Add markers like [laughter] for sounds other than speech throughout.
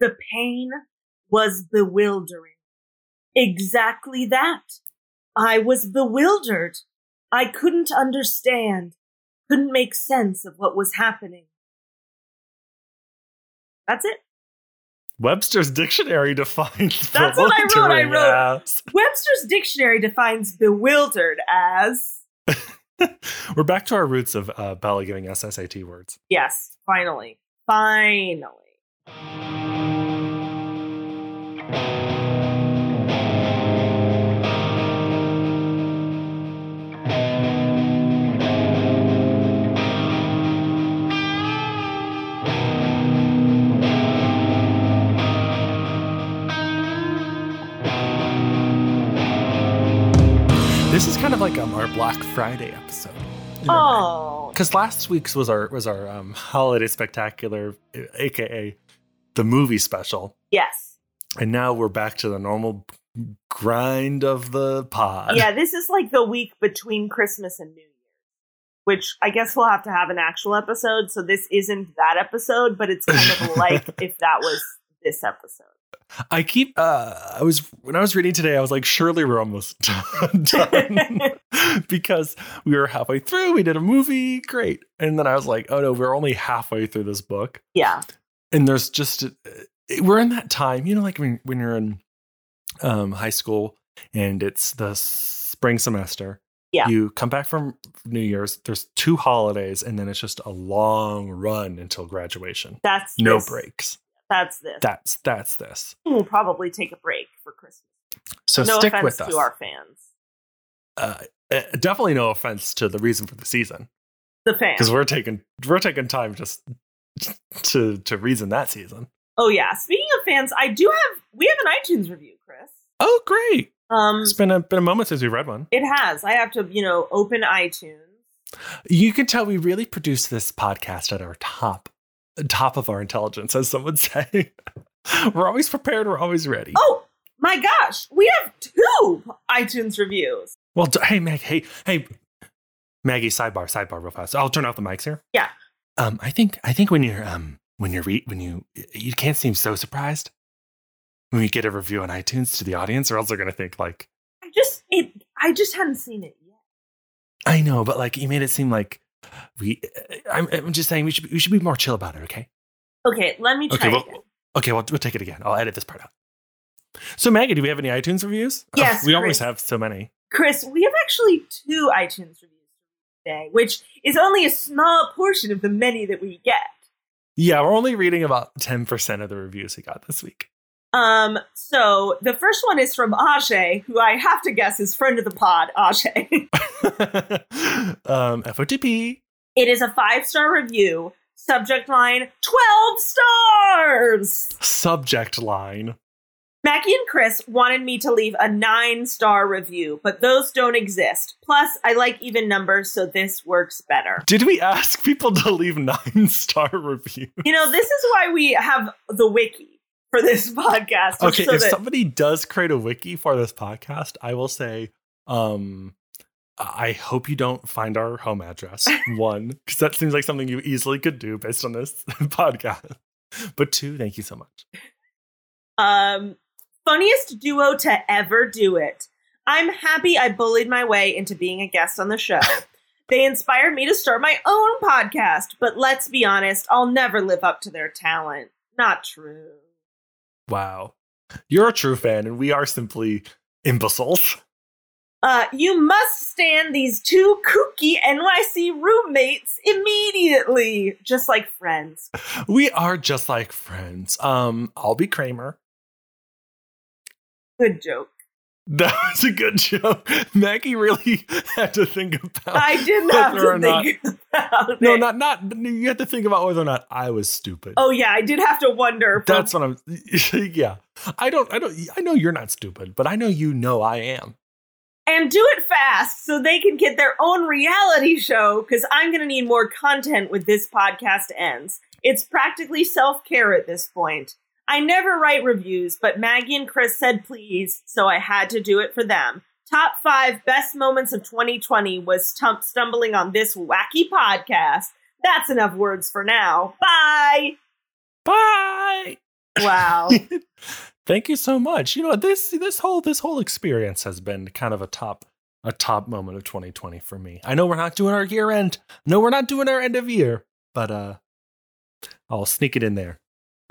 The pain was bewildering. Exactly that. I was bewildered. I couldn't understand, couldn't make sense of what was happening. That's it. Webster's dictionary [laughs] defines That's what I wrote. I bewildering wrote- as- Webster's dictionary defines bewildered as We're back to our roots of uh, Bella giving us SAT words. yes, finally. Finally. This is kind of like um, our Black Friday episode. Oh. because last week's was our was our um, holiday spectacular, aka the movie special, Yes. and now we're back to the normal grind of the pod. Yeah, this is like the week between Christmas and New Year, which I guess we'll have to have an actual episode. So this isn't that episode, but it's kind [laughs] of like if that was this episode. I keep. Uh, I was when I was reading today. I was like, surely we're almost [laughs] [laughs] done [laughs] because we were halfway through. We did a movie, great, and then I was like, oh no, we're only halfway through this book, Yeah. and there's just uh, we're in that time. You know, like when when you're in um, high school and it's the spring semester. Yeah. You come back from New Year's. There's two holidays, and then it's just a long run until graduation. That's No this. breaks. That's this. That's that's this. we'll probably take a break for Christmas. So no stick offense with us. to our fans. uh, uh, definitely no offense to the reason for the season The fans. because we're taking we're taking time just to to reason that season. Oh yeah. Speaking of fans, I do have we have an iTunes review, Chris. Oh, great! Um It's been a been a moment since we read one. it has. I have to, you know, open iTunes. You can tell we really produce this podcast at our top top of our intelligence, as some would say. [laughs] we're always prepared. We're always ready. Oh my gosh, we have two iTunes reviews. Well, d- hey, Meg. Hey, hey, Maggie. Sidebar, sidebar, real fast. I'll turn off the mics here. Yeah. Um, I think I think when you're um when you're re- when you you can't seem so surprised when you get a review on iTunes to the audience, or else they're gonna think like I just it I just hadn't seen it yet. I know, but like you made it seem like we. uh, I'm, I'm just saying we should be, we should be more chill about it. Okay. Okay, let me try Okay. Well. again. Okay. Well, we'll take it again. I'll edit this part out. So, Maggie, do we have any iTunes reviews? Ugh, Yes, we Chris. always have so many. Chris, we have actually two iTunes reviews today, which is only a small portion of the many that we get. Yeah, we're only reading about ten percent of the reviews we got this week. [laughs] Um, so the first one is from Ajay, who I have to guess is friend of the pod, Ajay. [laughs] um, FOTP. it is a five-star review, subject line 12 stars. Subject line. Mackie and Chris wanted me to leave a nine star review, but those don't exist. Plus, I like even numbers, so this works better. Did we ask people to leave nine star reviews? You know, this is why we have the wiki for this [laughs] podcast. which- Okay, so if that- somebody does create a wiki for this podcast, I will say, um, I hope you don't find our home address. One, because that seems like something you easily could do based on this [laughs] podcast. But two, thank you so much. um, funniest duo to ever do it. I'm happy I bullied my way into being a guest on the [laughs] show. they inspired me to start my own podcast, but let's be honest, I'll never live up to their talent. Not true. Wow, you're a true fan, and we are simply imbeciles. Uh, you must stand these two kooky NYC roommates immediately, just like friends. We are just like friends. Um, I'll be Kramer. [laughs] Good joke. That was a good joke. Maggie really [laughs] had to think about. I did not whether or have to think [laughs] about No, it. not not. You had to think about whether or not I was stupid. Oh yeah, I did have to wonder. for- That's what I'm. [laughs] yeah, I don't. I don't. I know you're not stupid, but I know you know I am. and do it fast so they can get their own reality show. Because I'm going to need more content when this podcast ends. It's practically self care at this point. I never write reviews, but Maggie and Chris said please, so I had to do it for them. Top five best moments of 2020 was tum- stumbling on this wacky podcast. That's enough words for now. Bye. Bye. Wow. Thank you so much. You know this this whole this whole experience has been kind of a top a top moment of 2020 for me. I know we're not doing our year end. No, we're not doing our end of year, but uh I'll sneak it in there.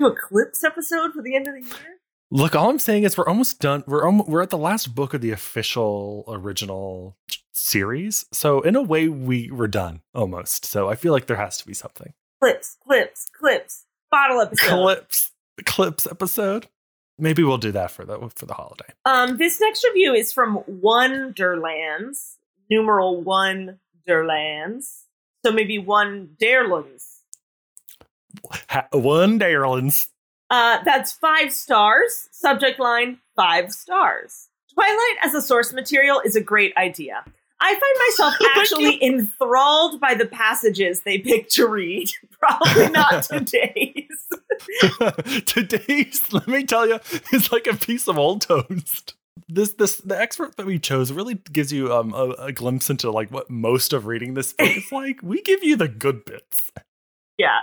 Do a clips episode for the end of the year? Look, all I'm saying is we're almost done. We're om- we're at the last book of the official original series. So in a way we we're done almost. So I feel like there has to be something. Clips, clips, clips. Bottle episode. [laughs] Clips clips episode. Maybe we'll do that for the for the holiday. Um, this next review is from Wonderlands, numeral one Derlands. So maybe one Derlands. Ha- one Darylins. Uh, that's five stars. Subject line five stars. Twilight as a source material is a great idea. I find myself actually enthralled by the passages they pick to read. [laughs] Probably not today's. [laughs] Today's, let me tell you, is like a piece of old toast. This this the expert that we chose really gives you um a, a glimpse into like what most of reading this book is like. We give you the good bits. Yeah.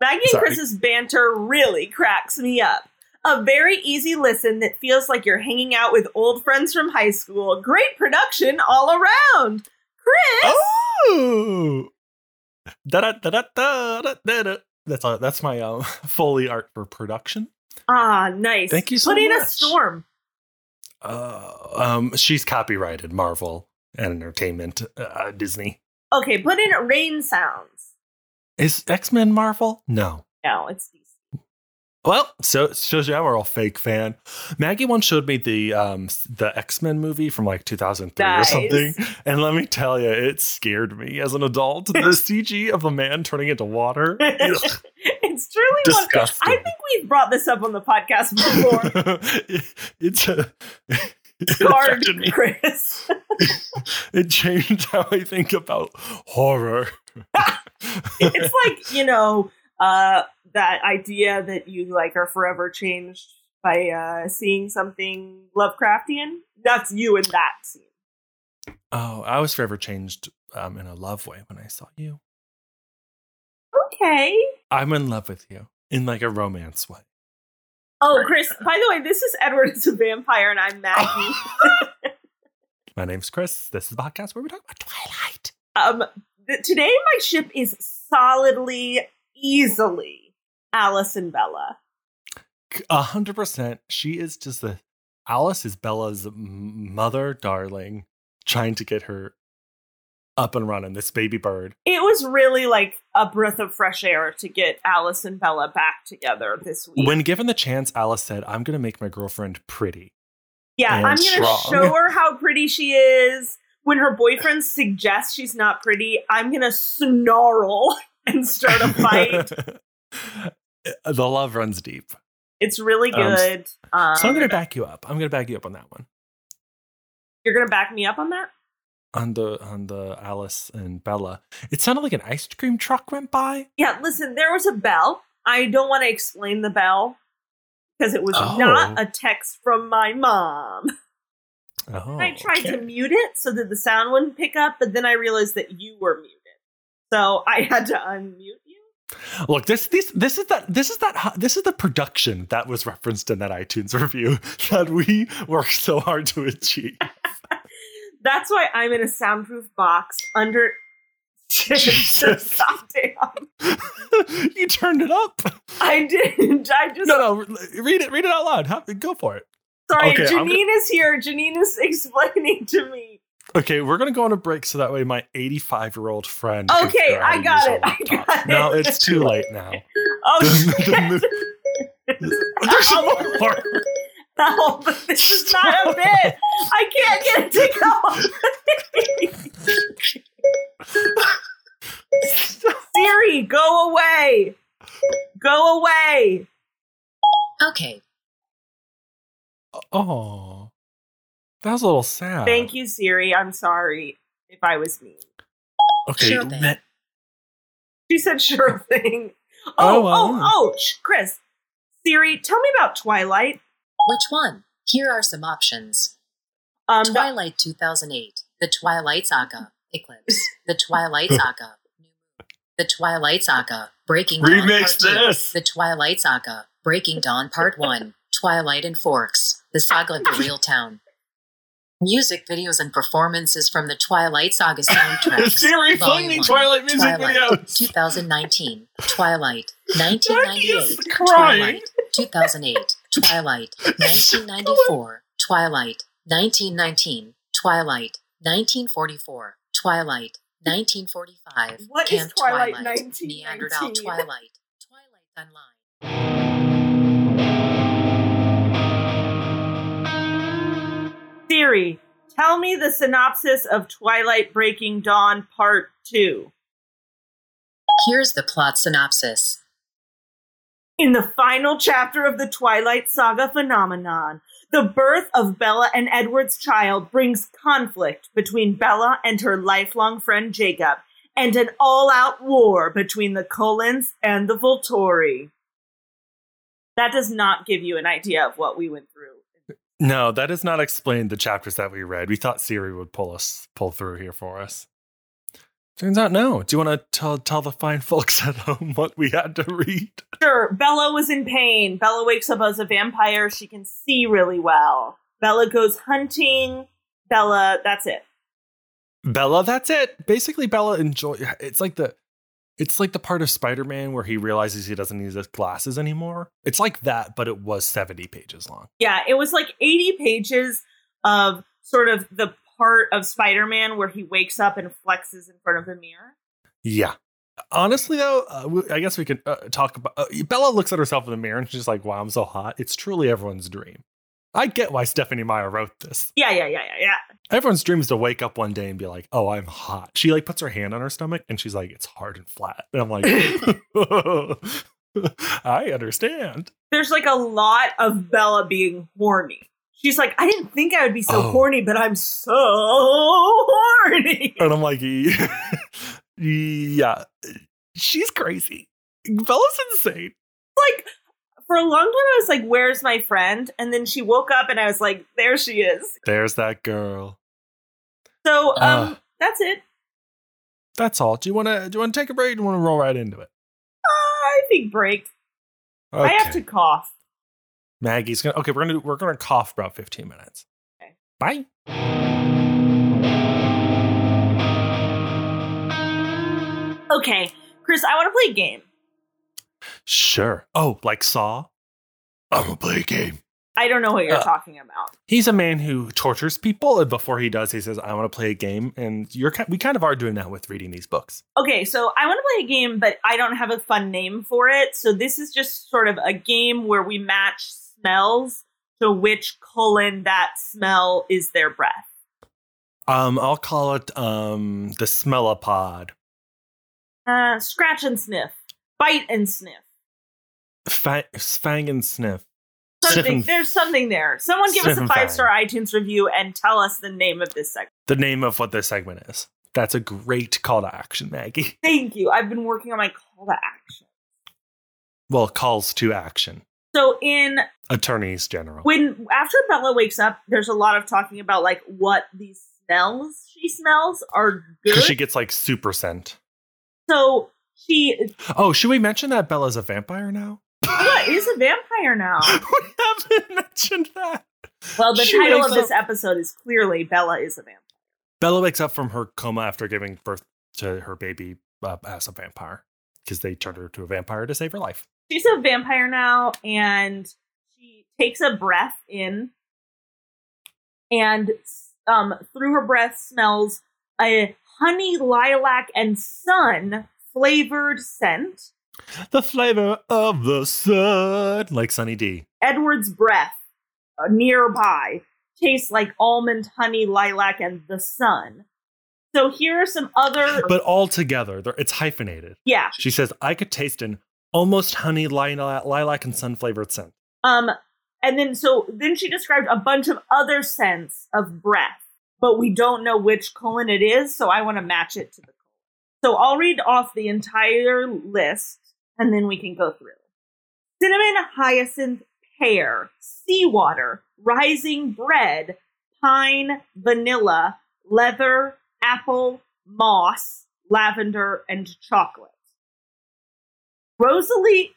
Maggie and Sorry. Chris's banter really cracks me up. A very easy listen that feels like you're hanging out with old friends from high school. Great production all around. Chris, Oh, Da-da-da-da-da-da-da. that's uh, [laughs] that's my um foley art for production. ah, nice. Thank you so Put in a much. storm. Uh, um, she's copyrighted Marvel and Entertainment uh, Disney. Okay, put in rain sounds. Is X Men Marvel? No. No, it's [laughs] Well, so it shows you how we're all fake fan. Maggie once showed me the um s- the X Men movie from like 2003 Nice. or something, and let me tell you, it scared me as an adult. The [laughs] CG of the man turning into water, Ugh, it's truly one. I disgusting. think we've brought this up on the podcast before. It- [laughs] it's a, [laughs] it Scarred affected me. Chris. It changed how I think about horror. [laughs] [laughs] it's like you know uh that idea that you like are forever changed by uh seeing something lovecraftian that's you in that scene oh, I was forever changed um, in a love way when I saw you. okay I'm in love with you in like a romance way. oh chris by the way this is edward as a vampire and i'm maggie My name's Chris. This is the podcast where we talk about Twilight. um th- today my ship is solidly easily alice and bella A hundred percent. She is just the Alice is Bella's m- mother, darling, trying to get her up and running. This baby bird. it was really like a breath of fresh air to get alice and bella back together this week When given the chance, Alice said, "I'm going to make my girlfriend pretty." Yeah, and I'm gonna strong. show [laughs] her how pretty she is. When her boyfriend suggests she's not pretty, I'm gonna snarl [laughs] and start a [laughs] fight. the love runs deep, it's really Um, good. Um, so I'm going to back you up. I'm going to back you up on that one. you're gonna back me up on that. On the on the Alice and Bella, it sounded like an ice cream truck went by. Yeah, listen, there was a bell. I don't want to explain the bell because it was Oh. not a text from my mom. Oh, I tried okay. to mute it so that the sound wouldn't pick up, but then I realized that you were muted, so I had to unmute you. [laughs] Look, this this this is that this is that this is the production that was referenced in that iTunes review [laughs] that we worked so hard to achieve. [laughs] That's why I'm in a soundproof box under. [laughs] Jesus. Stop it. you turned it up. [laughs] I didn't. I just. No, no, re- read it. Read it out loud. Have, go for it. sorry, okay, Janine I'm is here. Janine is explaining to me. Okay, we're gonna go on a break so that way my 85 year old friend. can Okay, figure out how I to got use it, a I laptop. got it. No, it's too late [laughs] now. [laughs] Oh, The shit. [laughs] There's more. No, but this is not a bit. I can't get it to go. [laughs] Siri, go away. Go away. Okay. Oh, that was a little sad. Thank you, Siri. I'm sorry if I was mean. Okay, Sure thing. let- She said, sure [laughs] thing. Oh, oh, Oh, wow. oh, sh- Chris. Siri, tell me about Twilight. Which one? Here are some options Um, the- Twilight 2008, The Twilight Saga, Eclipse, The Twilight [laughs] Saga, New Moon, The Twilight Saga, Breaking Dawn remix Part Two, this. The Twilight Saga, Breaking Dawn Part 1, Twilight and Forks, The Saga of the Real Town. Music videos and performances from the Twilight [laughs] Saga soundtrack. Siri Volume finding one. Twilight music Twilight. videos. 2019, Twilight, Jackie 1998, is crying. Twilight, 2008, Twilight, 1994, Twilight, 1919, Twilight, 1944, Twilight, 1945. What is Camp Twilight Neanderthal 1919? Twilight, Twilight Online. Siri, tell me the synopsis of Twilight Breaking Dawn Part 2. Here's the plot synopsis. In the final chapter of the Twilight Saga phenomenon, the birth of Bella and Edward's child brings conflict between Bella and her lifelong friend Jacob, and an all out war between the Colins and the Volturi. That does not give you an idea of what we went through. No, that is not explained the chapters that we read. We thought Siri would pull us pull through here for us. Turns out no. Do you want to tell tell the fine [laughs] folks at home what we had to read? Sure, Bella was in pain. Bella wakes up as a vampire. She can see really well. Bella goes hunting. Bella, that's it. Bella, that's it. Basically, Bella enjoy. It's like the, it's like the part of Spider Man where he realizes he doesn't need his glasses anymore. It's like that, but it was seventy pages long. Yeah, it was like 80 pages of sort of the part of Spider Man where he wakes up and flexes in front of the mirror. Yeah. Honestly, though, uh, we- I guess we could uh, talk about. Uh, Bella looks at herself in the mirror and she's like, "Wow, I'm so hot." It's truly everyone's dream. I get why Stephanie Meyer wrote this. Yeah, yeah, yeah, yeah, yeah. Everyone's dream is to wake up one day and be like, "Oh, I'm hot." She like puts her hand on her stomach and she's like, "It's hard and flat." And I'm like, [laughs] "I understand." There's like a lot of Bella being horny. She's like, I didn't think I would be so Oh. horny, but I'm so horny. And I'm like, [laughs] yeah, she's crazy. Bella's insane. [laughs] like, for a long time, I was like, where's my friend? And then she woke up and I was like, there she is. There's that girl. So um, Ah. that's it. That's all. Do you want to? Do you want to take a break? Or do you want to roll right into it? I think break. I have Okay. to cough. Maggie's gonna. Okay, we're gonna. We're gonna cough for about 15 minutes. Okay. Bye. Okay, Chris, I want to play a game. Sure. Oh, like Saw. I'm gonna play a game. I don't know what you're Uh, talking about. He's a man who tortures people, and before he does, he says, "I want to play a game." And you're ki- we kind of are doing that with reading these books. Okay, so I want to play a game, but I don't have a fun name for it. So this is just sort of a game where we match smells to which colon that smell is their breath. Um, I'll call it um the Smellopod. Uh, scratch and sniff, bite and sniff. Fa- fang and sniff. Something, Sniff and- there's something there. Someone give us Sniff a and five star iTunes review and tell us the name of this segment. the name of what this segment is. That's a great call to action, Maggie. Thank you. I've been working on my call to action. Well, calls to action. So in Attorneys general. when after Bella wakes up, there's a lot of talking about like what these smells she smells are good. Because [laughs] she gets like super scent. so she Oh, should we mention that Bella's a vampire now? Bella [laughs] is a vampire now. we haven't [laughs] mentioned that. Well, the She title wakes of this up- episode is clearly Bella is a vampire. Bella wakes up from her coma after giving birth to her baby uh, as a vampire because they turned her to a vampire to save her life. She's a vampire now, and she takes a breath in, and um, through her breath smells a honey, lilac, and sun flavored scent. The flavor of the sun, like Sunny D. Edward's breath uh, nearby tastes like almond, honey, lilac, and the sun. So here are some other. But all together, they're- it's hyphenated. yeah. She says, I could taste an almost honey lila- lilac and sun flavored scent. Um, and then so then she described a bunch of other scents of breath, but we don't know which colon it is, so I want to match it to the colon. So I'll read off the entire list and then we can go through. Cinnamon, hyacinth, pear, seawater, rising bread, pine, vanilla, leather, apple, moss, lavender, and chocolate. Rosalie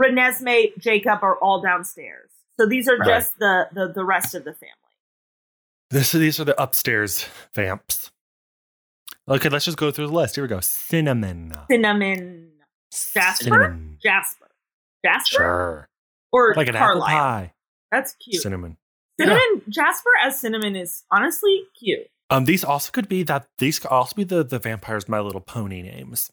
Renesmee, Jacob are all downstairs. So these are Right. just the, the the rest of the family. This, these are the upstairs vamps. Okay, let's just go through the list. Here we go. Cinnamon. Cinnamon, Jasper? Cinnamon. Jasper, Jasper, Sure. or Like an apple Carlisle. pie. That's cute. Cinnamon. Cinnamon Jasper as cinnamon is honestly cute. Um, these also could be that these could also be the the vampires' My Little Pony names.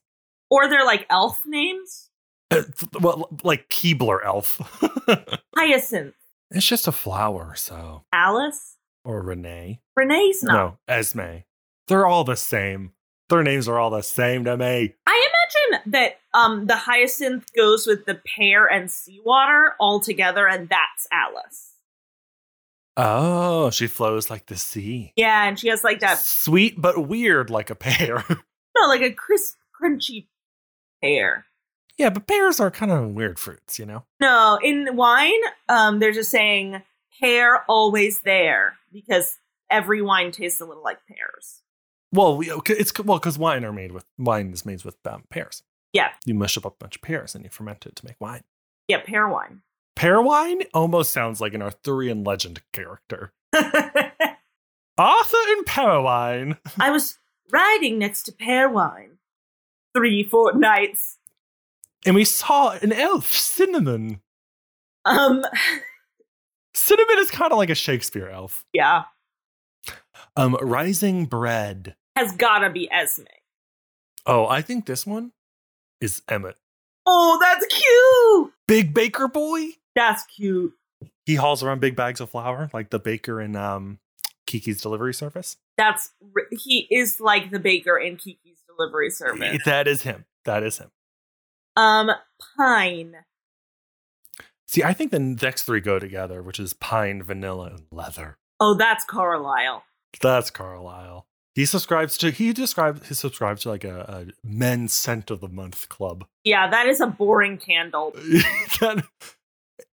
Or they're like elf names. Uh, th- well, like Keebler Elf. [laughs] Hyacinth, it's just a flower, so Alice, or Renee. Renee's not. No, Esme. They're all the same. Their names are all the same to me. I imagine that um the hyacinth goes with the pear and seawater all together, and that's Alice. Oh, she flows like the sea. Yeah, and she has like that Sweet but weird, like a pear. [laughs] no, like a crisp, crunchy pear. yeah, but pears are kind of weird fruits, you know. No, in wine, um, they're just saying pear always there because every wine tastes a little like pears. Well, we, okay, it's well because wine are made with wine is made with um, pears. Yeah. you mush up a bunch of pears and you ferment it to make wine. Yeah, pear wine. [laughs] Pear wine almost sounds like an Arthurian legend character. Arthur and Pearwine. I was riding next to pear wine three fortnights. And we saw an elf, Cinnamon. Um, [laughs] Cinnamon is kind of like a Shakespeare elf. yeah, Um, Rising Bread. has gotta be Esme. Oh, I think this one is Emmett. Oh, that's cute. Big Baker Boy. That's cute. He hauls around big bags of flour, like the baker in um, Kiki's delivery service. That's r- he is like the baker in Kiki's delivery [laughs] service. That is him. That is him. Um, pine. See, I think the next three go together, which is pine, vanilla, and leather. Oh, that's Carlisle. That's Carlisle. He subscribes to he describes he subscribes to like a, a men's scent of the month club. [laughs] Yeah, that is a boring candle. That-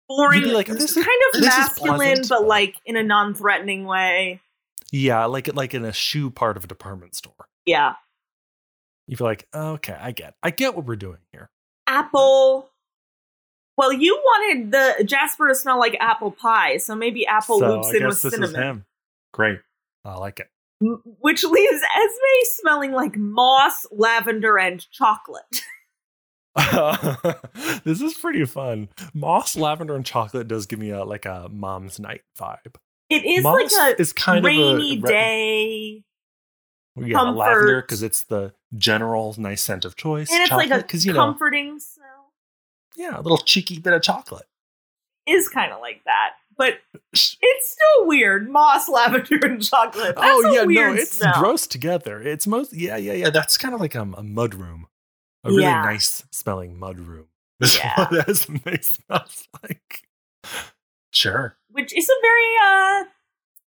Boring, You'd be like, kind this is- of this is masculine, pleasant. but like in a non-threatening way. yeah, like like in a shoe part of a department store. Yeah, You feel like, okay, I get, I get what we're doing here. apple. Well, you wanted the Jasper to smell like apple pie, so maybe apple so loops I in guess with this is cinnamon, him. Great, I like it. [laughs] M- which leaves Esme smelling like moss, lavender, and chocolate. [laughs] this is pretty fun. Moss, lavender, and chocolate does give me a like a mom's night vibe. It is Moss like a is kind rainy of a, day, Yeah, lavender comfort. because it's the general nice scent of choice, and it's like a because you know comforting smell. yeah, a little cheeky bit of chocolate. Is kind of like that, but it's still weird. Moss, [laughs] lavender, and chocolate. That's oh a yeah, no, weird it's smell. gross together. It's most yeah, yeah, yeah. That's kind of like um, a mud room, a really Yeah. nice smelling mud room. [laughs] That's Yeah. what Esme smells [laughs] like. Sure. which is a very uh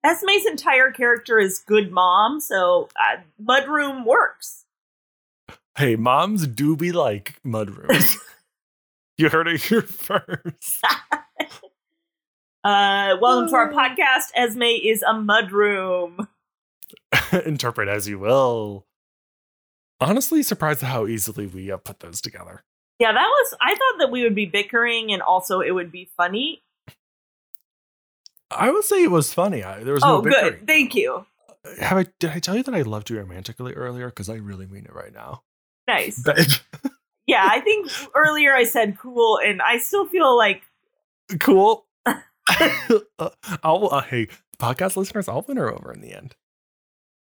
Esme's entire character is good mom, so uh, mudroom works. Hey, moms do be like mud [laughs] rooms. you heard it here [laughs] first. Uh, welcome to our podcast. Esme is a mudroom. Interpret as you will. Honestly, surprised at how easily we uh, put those together. Yeah, that was. I thought that we would be bickering, and also it would be funny. I would say it was funny. I, there was Oh, no bickering. good. Thank you. Have I did I tell you that I loved you romantically earlier? Because I really mean it right [laughs] now. Nice. Babe. Yeah, I think earlier I said cool, and I still feel like cool. [laughs] I'll uh, hey podcast listeners, I'll win her over in the end.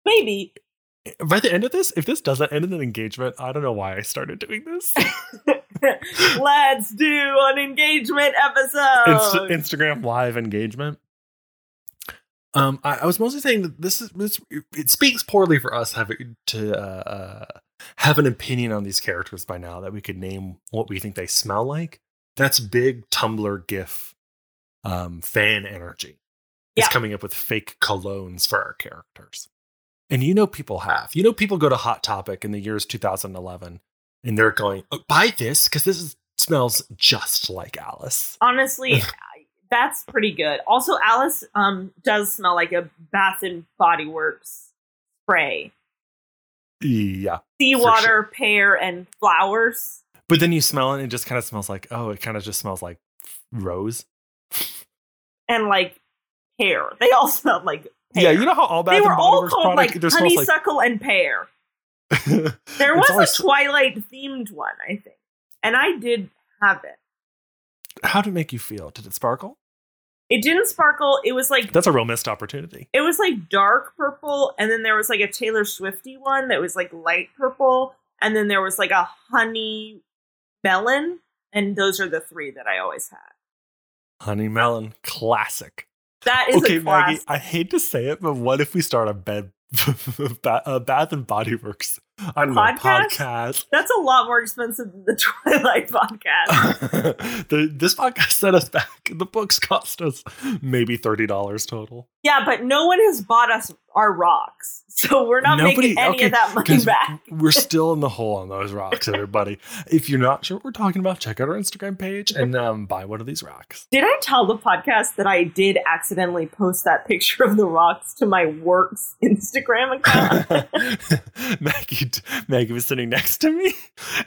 maybe. [laughs] By the end of this, if this doesn't end in an engagement, I don't know why I started doing this. Let's do an engagement episode. Insta- Instagram live engagement. Um, I, I was mostly saying that this is this, it speaks poorly for us having to uh, uh, have an opinion on these characters by now that we could name what we think they smell like. That's big Tumblr GIF um, fan energy. It's Yeah. coming up with fake colognes for our characters, and you know people have. You know people go to Hot Topic in the years 2011, and they're going oh, buy this because this is, smells just like Alice. honestly I- that's pretty good also alice um does smell like a bath and body works spray Yeah. seawater pear and flowers But then you smell it and it just kind of smells like, oh, it kind of just smells like rose. and like pear. They all [laughs] smelled like pear. Yeah, you know how all bad they and were all Bodiver's called product like either smells honeysuckle and pear. [laughs] like There It's was always- a Twilight themed one, I think, and I did have it. How did it make you feel? Did it sparkle? It didn't sparkle. It was like That's a real missed opportunity. it was like dark purple, and then there was like a Taylor Swifty one that was like light purple, and then there was like a honey melon, and those are the three that I always had. Honey melon, classic. That is okay, a class. Maggie, I hate to say it, but what if we start a bed, [laughs] ba- a Bath and Body Works I don't Podcast? That's a lot more expensive than the [laughs] Twilight podcast. know, podcast? [laughs] the, this podcast set us back. The books cost us maybe thirty dollars total. Yeah, but no one has bought us our rocks, so we're not Nobody- making any okay, of that money 'cause back. We're still in the hole on those rocks, everybody. if you're not sure what we're talking about, check out our Instagram page and um, buy one of these rocks. [laughs] Did I tell the podcast that I did accidentally post that picture of the rocks to my works Instagram [laughs] account? Maggie, Maggie was sitting next to me,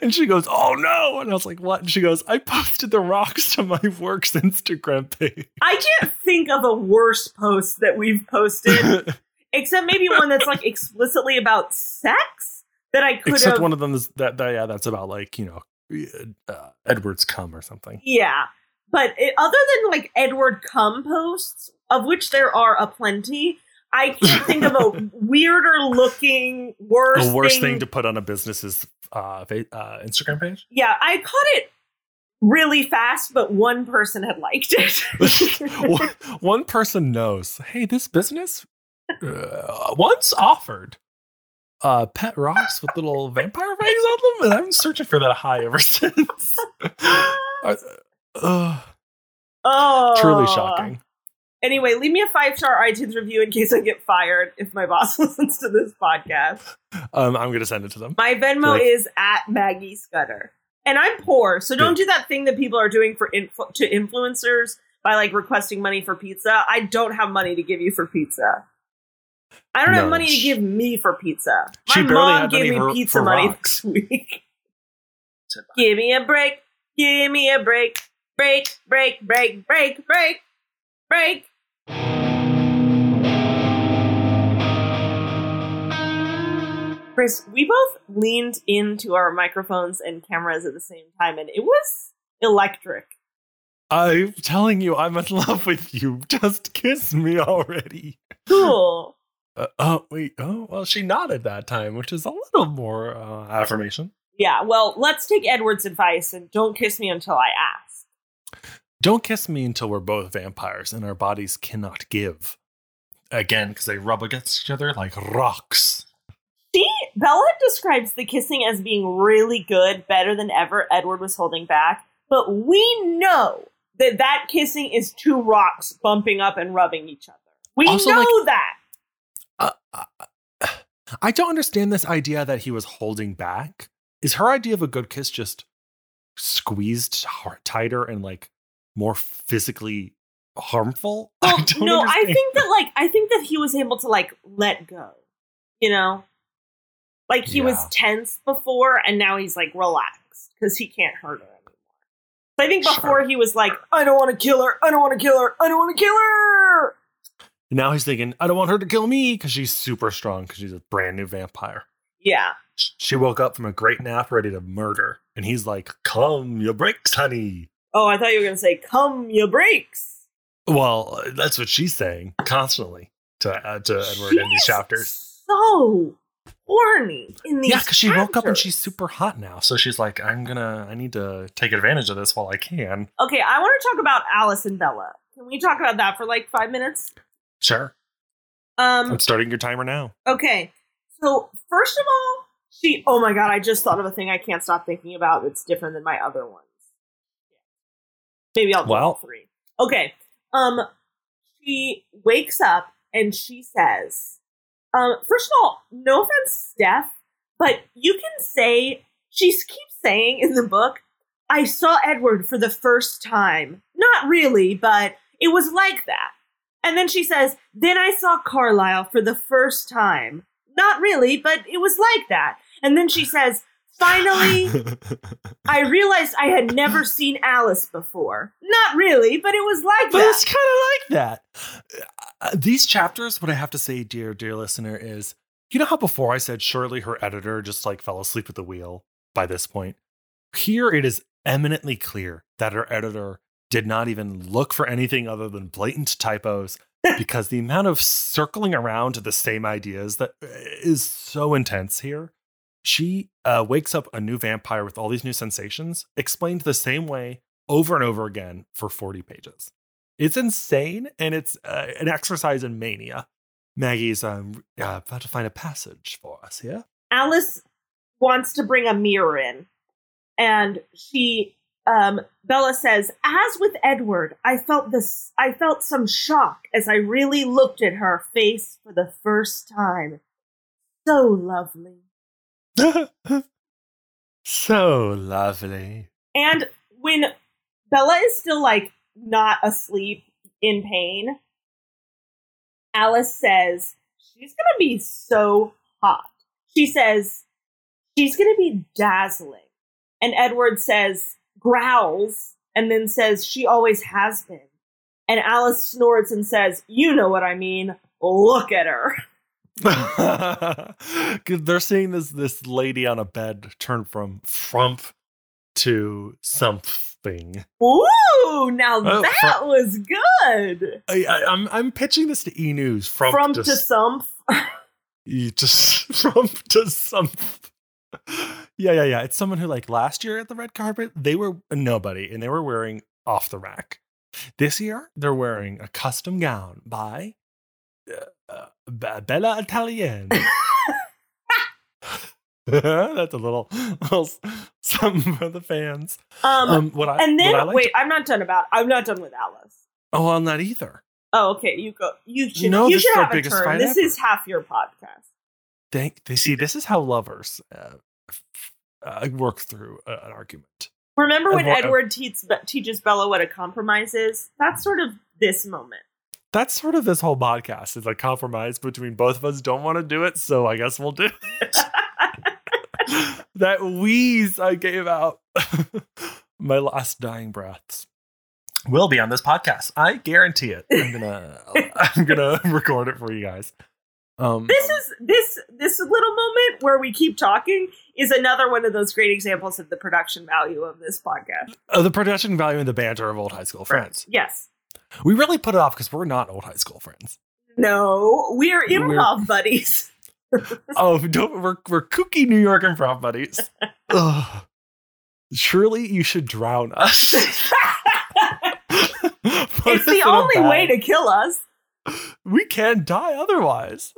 and she goes, "Oh no!" And I was like, "What?" And she goes, "I posted the rocks to my works Instagram [laughs] page." I can't think of a worse post that we've [laughs] posted, except maybe one that's like explicitly about sex that I could Except have. one of them is that, that yeah, that's about like you know uh, Edward's cum or something. yeah, but it, other than like Edward Cum posts, of which there are aplenty. I can't think of [laughs] a weirder looking, worse, the worst thing to put on a business's uh, fa- uh, Instagram page. yeah, I caught it really fast, but one person had liked it. [laughs] one, one person knows. Hey, this business uh, once offered uh, pet rocks with little vampire fangs on them, and I've been searching for that high ever [laughs] since. Uh, uh, [laughs] oh, truly shocking. Anyway, leave me a five star iTunes review in case I get fired if my boss [laughs] listens to this podcast. Um, I'm gonna send it to them. My Venmo Like- is at Maggie Scudder, and I'm poor, so don't do that thing that people are doing for influ- to influencers by like requesting money for pizza. I don't have money to give you for pizza. I don't No. have money to give me for pizza. She My barely mom had gave money me for- pizza for money rocks. this [laughs] week. Give me a break. Give me a break. Break, break, break, break, break, break. Chris, we both leaned into our microphones and cameras at the same time, and it was [sighs] electric. I'm telling you, I'm in [laughs] love with you. Just kiss me already. Cool. Uh, oh wait. Oh well, she nodded that time, which is a little more uh, affirmation. Yeah, well, let's take Edward's advice and don't kiss me until I ask. Don't kiss me until we're both vampires and our bodies cannot give. Again, because they rub against each other like rocks. Bella describes the kissing as being really good, better than ever Edward was holding back, but we know that that kissing is two rocks bumping up and rubbing each other. We Also, know like- that. I don't understand this idea that he was holding back. Is her idea of a good kiss just squeezed har- tighter and like more physically harmful? [laughs] Well, no, I understand. think that like I think that he was able to like let go. You know? Like he was Yeah. tense before and now he's like relaxed cuz he can't hurt her anymore. So I think Sure. before he was like, I don't want to kill her. I don't want to kill her. I don't want to kill her. now he's thinking, I don't want her to kill me because she's super strong because she's a brand new vampire. Yeah. Sh- She woke up from a great nap ready to murder. And he's like, Come, your breaks, honey. Oh, I thought you were going to say, come your brakes. Well, uh, that's what she's saying constantly to uh, to Edward in these She's chapters. So horny in these Yeah, because she woke up and chapters. she's super hot now, so she's like, "I'm gonna, I need to take advantage of this while I can." Okay, I want to talk about Alice and Bella. Can we talk about that for like five minutes? Sure, Um, I'm starting your timer now. okay. So, first of all, she, oh my God, I just thought of a thing I can't stop thinking about that's different than my other ones. Maybe I'll do Well. all three. Okay. Um, she wakes up and she says, um, first of all, no offense, Steph, but you can say, she s- keeps saying in the book, I saw Edward for the first time. Not really, but it was like that. And then she says, Then I saw Carlyle for the first time. Not really, but it was like that. And then she says, Finally, I realized I had never seen Alice before. Not really, but it was like But that. it's kind of like that. Uh, these chapters, what I have to say, dear, dear listener, is you know how before I said surely her editor just like fell asleep at the wheel by this point? Here it is eminently clear that her editor did not even look for anything other than blatant [laughs] typos because the amount of circling around to the same ideas that uh, is so intense here. She uh, wakes up a new vampire with all these new sensations, explained the same way over and over again for 40 pages it's insane and it's uh, an exercise in mania maggie's um, uh, about to find a passage for us here [laughs] Alice wants to bring a mirror in, and she um, Bella says, "As with Edward, I felt this. I felt some shock as I really looked at her face for the first time. So lovely." so lovely [laughs] And when Bella is still like not asleep in pain, Alice says she's gonna be so hot. She says she's gonna be dazzling. And Edward says, growls, and then says she always has been. And Alice snorts and says, You know what I mean. Look at her. 'Cause they're seeing this this lady on a bed turn from frump to something Ooh, now that fu- was good. I, I, i'm i'm pitching this to e-news from From to to some you just [laughs] from to some yeah yeah yeah it's someone who like last year at the red carpet they were a nobody and they were wearing off the rack this year they're wearing a custom gown by uh, uh, Be- [laughs] bella italian [laughs] that's a little, little s- something for the fans um um what i And then what I like wait, to- I'm not done about. I'm not done with Alice. oh i'm not either Oh, okay. You go. You should. No, you this should is our have a biggest turn. fight This ever. is half your podcast. thank they see this is how lovers uh, f- uh, work through a- an argument Remember when Avoid- Edward teaches teaches Bella what a compromise is? That's sort of this moment. [laughs] that's sort of this whole podcast is a compromise between both of us don't want to do it so i guess we'll do it that wheeze i gave out [laughs] my last dying breaths will be on this podcast i guarantee it i'm gonna [laughs] i'm gonna record it for you guys um This is this this little moment where we keep talking is another one of those great examples of the production value of this podcast. uh, the production value and the banter of old high school friends Yes. we really put it off because we're not old high school friends No, we're We're- improv buddies. [laughs] oh, don't, we're we're kooky New York improv buddies. Ugh. Surely you should drown [laughs] us. it's the only way to kill us. We can't die otherwise.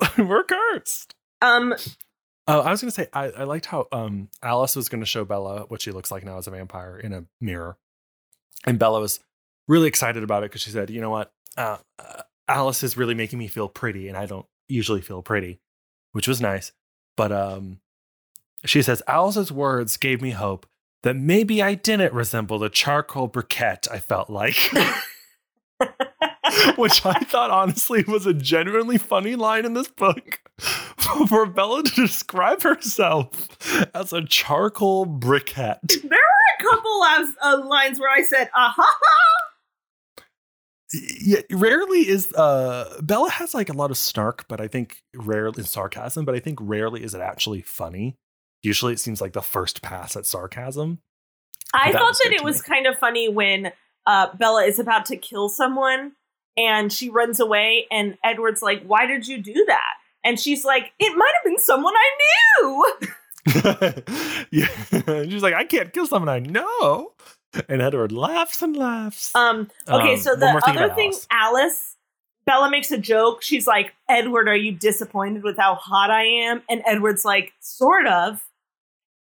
[laughs] we're cursed. Um, Uh, I was gonna say I, I liked how um, Alice was gonna show Bella what she looks like now as a vampire in a mirror, and Bella was really excited about it because she said, "You know what? Uh, uh, Alice is really making me feel pretty, and I don't usually feel pretty," which was nice. But um, she says Alice's words gave me hope that maybe I didn't resemble the charcoal briquette I felt like. [laughs] Which I thought honestly was a genuinely funny line in this book [laughs] for Bella to describe herself as a charcoal briquette. there were a couple of uh, lines where I said, "Aha!" yeah, rarely is uh Bella has like a lot of snark, but I think rarely and sarcasm, but I think rarely is it actually funny. Usually it seems like the first pass at sarcasm. [laughs] I That thought was that good it to was me. kind of funny when uh, Bella is about to kill someone and she runs away, and Edward's like, Why did you do that? And she's like, It might have been someone I knew. [laughs] yeah. She's like, I can't kill someone I know. And Edward laughs and laughs. Um, [laughs] okay, Um, so one the more thing other about thing, Alice. Alice. Bella makes a joke. She's like, Edward, are you disappointed with how hot I am? And Edward's like, Sort of.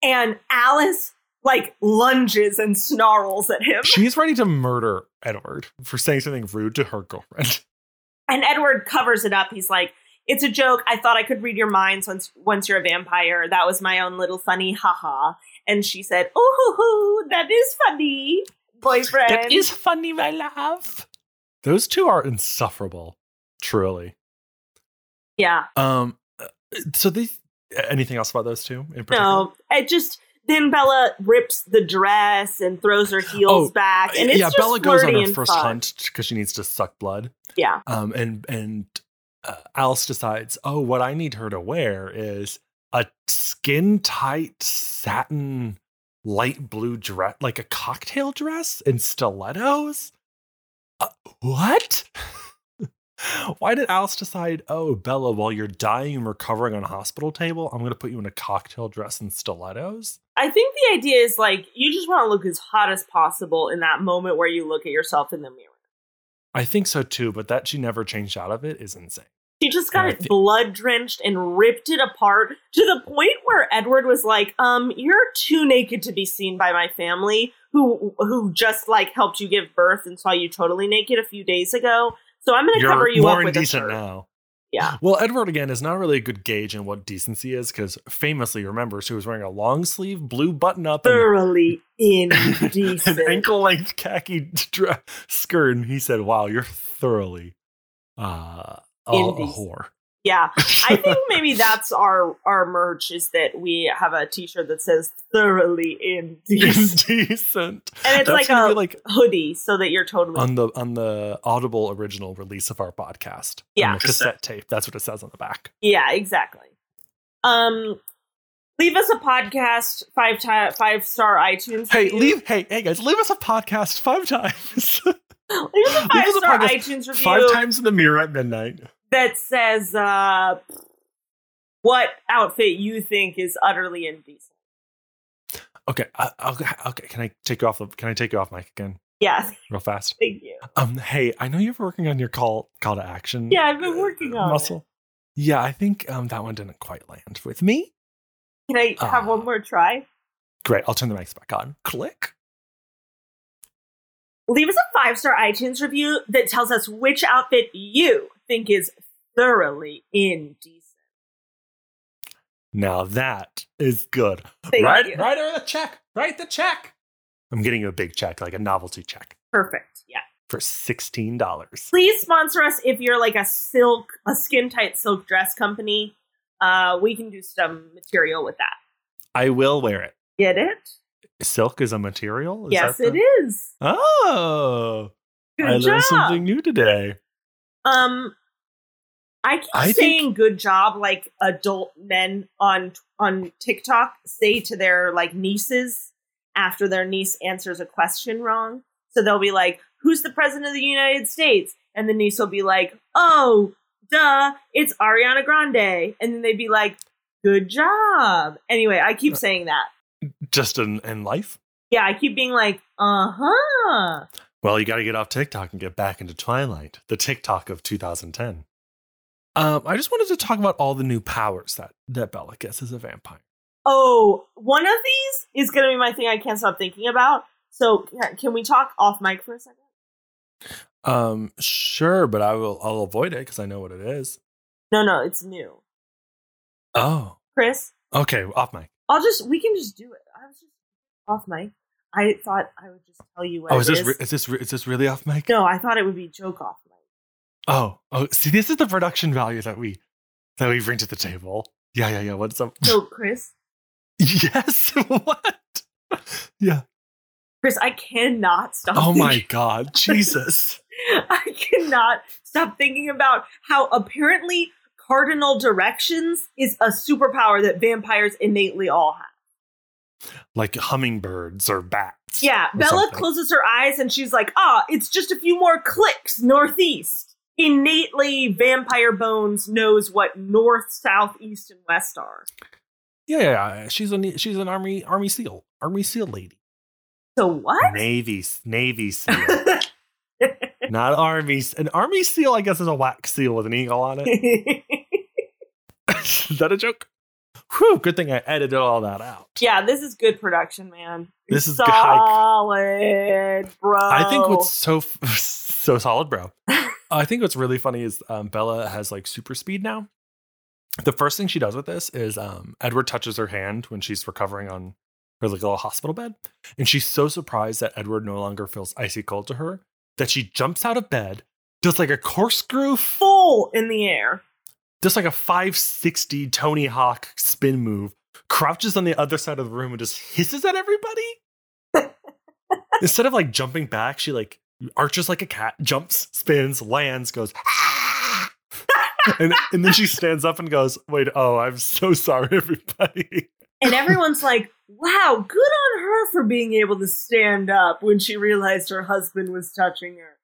And Alice like lunges and snarls at him. She's ready to murder Edward for saying something rude to her girlfriend. [laughs] And Edward covers it up. He's like, "It's a joke. I thought I could read your minds once once you're a vampire. That was my own little funny haha." And she said, "Oh, hoo, hoo, that is funny, boyfriend." funny, my love. Those two are insufferable, truly. yeah. Um, uh, so they Anything else about those two? In particular? No, it just then Bella rips the dress and throws her heels Oh, back, and it's yeah, just Bella goes on flirty her and first fun. hunt because she needs to suck blood. Yeah, Um, and and uh, Alice decides, oh, what I need her to wear is a skin tight satin light blue dress, like a cocktail dress and stilettos. Uh, what? [laughs] Why did Alice decide, oh, Bella, while you're dying and recovering on a hospital table, I'm going to put you in a cocktail dress and stilettos? I think the idea is like you just want to look as hot as possible in that moment where you look at yourself in the mirror. I think so too, but that she never changed out of it is insane. She just got I it thi- blood drenched and ripped it apart to the point where Edward was like, "Um, you're too naked to be seen by my family, who who just like helped you give birth and saw you totally naked a few days ago. So I'm going to You're cover you more up with a indecent shirt." now. Yeah. Well, Edward again is not really a good gauge in what decency is because famously, remember, she was wearing a long sleeve blue button up and Thoroughly [laughs] an indecent. ankle length khaki [laughs] dre- skirt, and he said, "Wow, you're thoroughly uh, a, a Indecent. whore." yeah, I [laughs] think maybe that's our our merch is that we have a T-shirt that says "thoroughly [laughs] indecent" indecent. And it's That's like gonna a- be like hoodie, so that you're totally on the on the Audible original release of our podcast. Yeah. on the cassette tape. That's what it says on the back. Yeah, exactly. Um, leave us a podcast five ti five star iTunes. Hey, review. leave. Hey, hey, guys, leave us a podcast five [laughs] times. [laughs] leave us a leave five us a star podcast iTunes review Five times in the mirror at midnight. that says uh, what outfit you think is utterly indecent. Okay, I, I'll, okay. Can I take you off? The, can I take you off, Mike? Again, Yes, [laughs] real fast. thank you. Um, hey, I know you're working on your call call to action. Yeah, I've been working uh, on it. muscle. Yeah, I think um that one didn't quite land with me. Can I have Ah. one more try? Great, I'll turn the mics back on. Click. Leave us a five star iTunes review that tells us which outfit you think is thoroughly indecent. Now that is good. Thank right, you. write her a check. Write the check. I'm getting you a big check, like a novelty check, Perfect. Yeah. for sixteen dollars. please sponsor us if you're like a silk a skin tight silk dress company uh we can do some material with that I will wear it. get it Silk is a material. Is yes that it the- is Oh, good I learned job something new today. um i keep I think- saying good job like adult men on on tiktok say to their like nieces after their niece answers a question wrong so they'll be like who's the president of the united states and the niece will be like oh duh it's ariana grande and then they'd be like good job anyway i Uh. keep saying that Just in in life. yeah i keep being like uh-huh Well, you got to get off TikTok and get back into Twilight, the TikTok of 2010. Um, I just wanted to talk about all the new powers that that Bella gets as a vampire. Oh, one of these is going to be my thing I can't stop thinking about. So, ca- can we talk off mic for a second? Um, sure, but I will I'll avoid it because I know what it is. No, no, it's new. Oh, Chris, okay, off mic. I'll just, we can just do it. I was just off mic. I thought I would just tell you what Oh, is it this is. re- is this re- is this really off mic? no, I thought it would be joke off mic. Oh, oh, see, this is the production value that we that we bring to the table. Yeah, yeah, yeah. What's up? [laughs] So, Chris, yes. [laughs] what? Yeah. Chris, I cannot stop. Oh my thinking- God, Jesus. [laughs] I cannot stop thinking about how apparently cardinal directions is a superpower that vampires innately all have. like hummingbirds or bats. Yeah, or Bella something. closes her eyes and she's like, ah, it's just a few more clicks northeast. Innately, Vampire Bones knows what north, south, east, and west are. Yeah, yeah, yeah. she's an she's an army army seal, army seal lady, So what? [laughs] navy navy seal, not army. An army seal, I guess, is a wax seal with an eagle on [laughs] it. is that a joke? Whew, good thing I edited all that out. yeah, this is good production, man. This is good- solid, bro. I think what's so f- [laughs] so solid, bro. I think what's really funny is um, Bella has like super speed now. The first thing she does with this is um, Edward touches her hand when she's recovering on her like little hospital bed, and she's so surprised that Edward no longer feels icy cold to her that she jumps out of bed, does like a corkscrew, f- full in the air. just like a 560 Tony Hawk spin move, crouches on the other side of the room and just hisses at everybody. Instead of like jumping back, she like arches like a cat, jumps, spins, lands, goes, [laughs] "Ah!" and, and then she stands up and goes, Wait, oh, I'm so sorry, everybody. And everyone's [laughs] like, wow, good on her for being able to stand up when she realized her husband was touching her.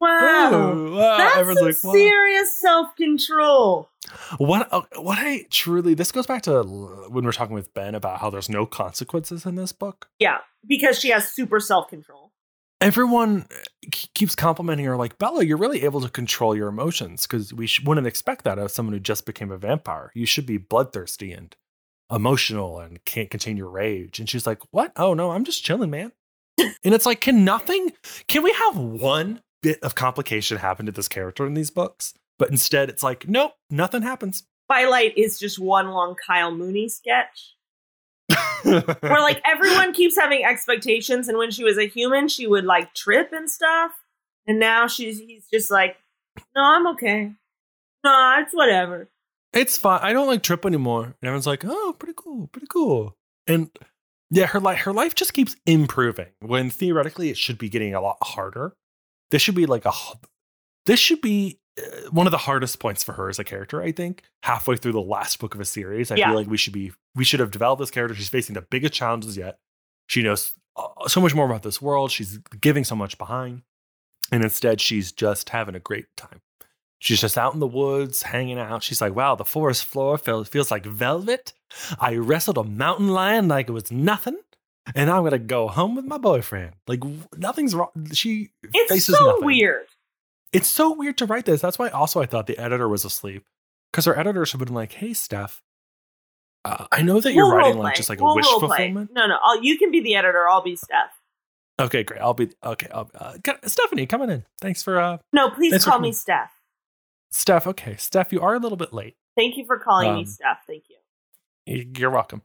Wow. Ooh, wow. Oh, That's some Everyone's like, "Wow." serious self control. What uh, what I truly this goes back to l- when we are talking with Ben about how there's no consequences in this book. Yeah, because she has super self control. Everyone uh, k- keeps complimenting her like Bella, you're really able to control your emotions because we sh- wouldn't expect that of someone who just became a vampire. You should be bloodthirsty and emotional and can't contain your rage. And she's like, "What? Oh no, I'm just chilling, man." and it's like, can nothing? Can we have one bit of complication happen to this character in these books? But instead, it's like, nope, nothing happens. Twilight is just one long Kyle Mooney sketch where [laughs] like everyone keeps having expectations. And when she was a human, she would like trip and stuff. And now she's he's just like, no, I'm okay. No, it's whatever. It's fine. I don't like Trip anymore. And everyone's like, oh, pretty cool, pretty cool. And yeah, her life her life just keeps improving when theoretically it should be getting a lot harder. This should be like a h- this should be uh, one of the hardest points for her as a character, I think. Halfway through the last book of a series, I Yeah. feel like we should be we should have developed this character. She's facing the biggest challenges yet. She knows uh, so much more about this world. She's giving so much behind. And instead, she's just having a great time. She's just out in the woods, hanging out. She's like, wow, the forest floor feel- feels like velvet. I wrestled a mountain lion like it was nothing. And I'm going to go home with my boyfriend. Like, w- nothing's wrong. She It's faces so nothing. weird. It's so weird to write this. That's why also I thought the editor was asleep. Because her editor should have been like, hey, Steph, uh, I know that you're We'll writing roleplay. like just like a We'll wish roleplay. fulfillment. No, no, I'll, you can be the editor. I'll be Steph. Okay, great. I'll be, okay. I'll, uh, Stephanie, coming in. Thanks for, uh, No, please Thanks for call coming. me Steph. Steph. Okay, Steph, you are a little bit late. Thank you for calling me Um, Steph. Thank you. You're welcome.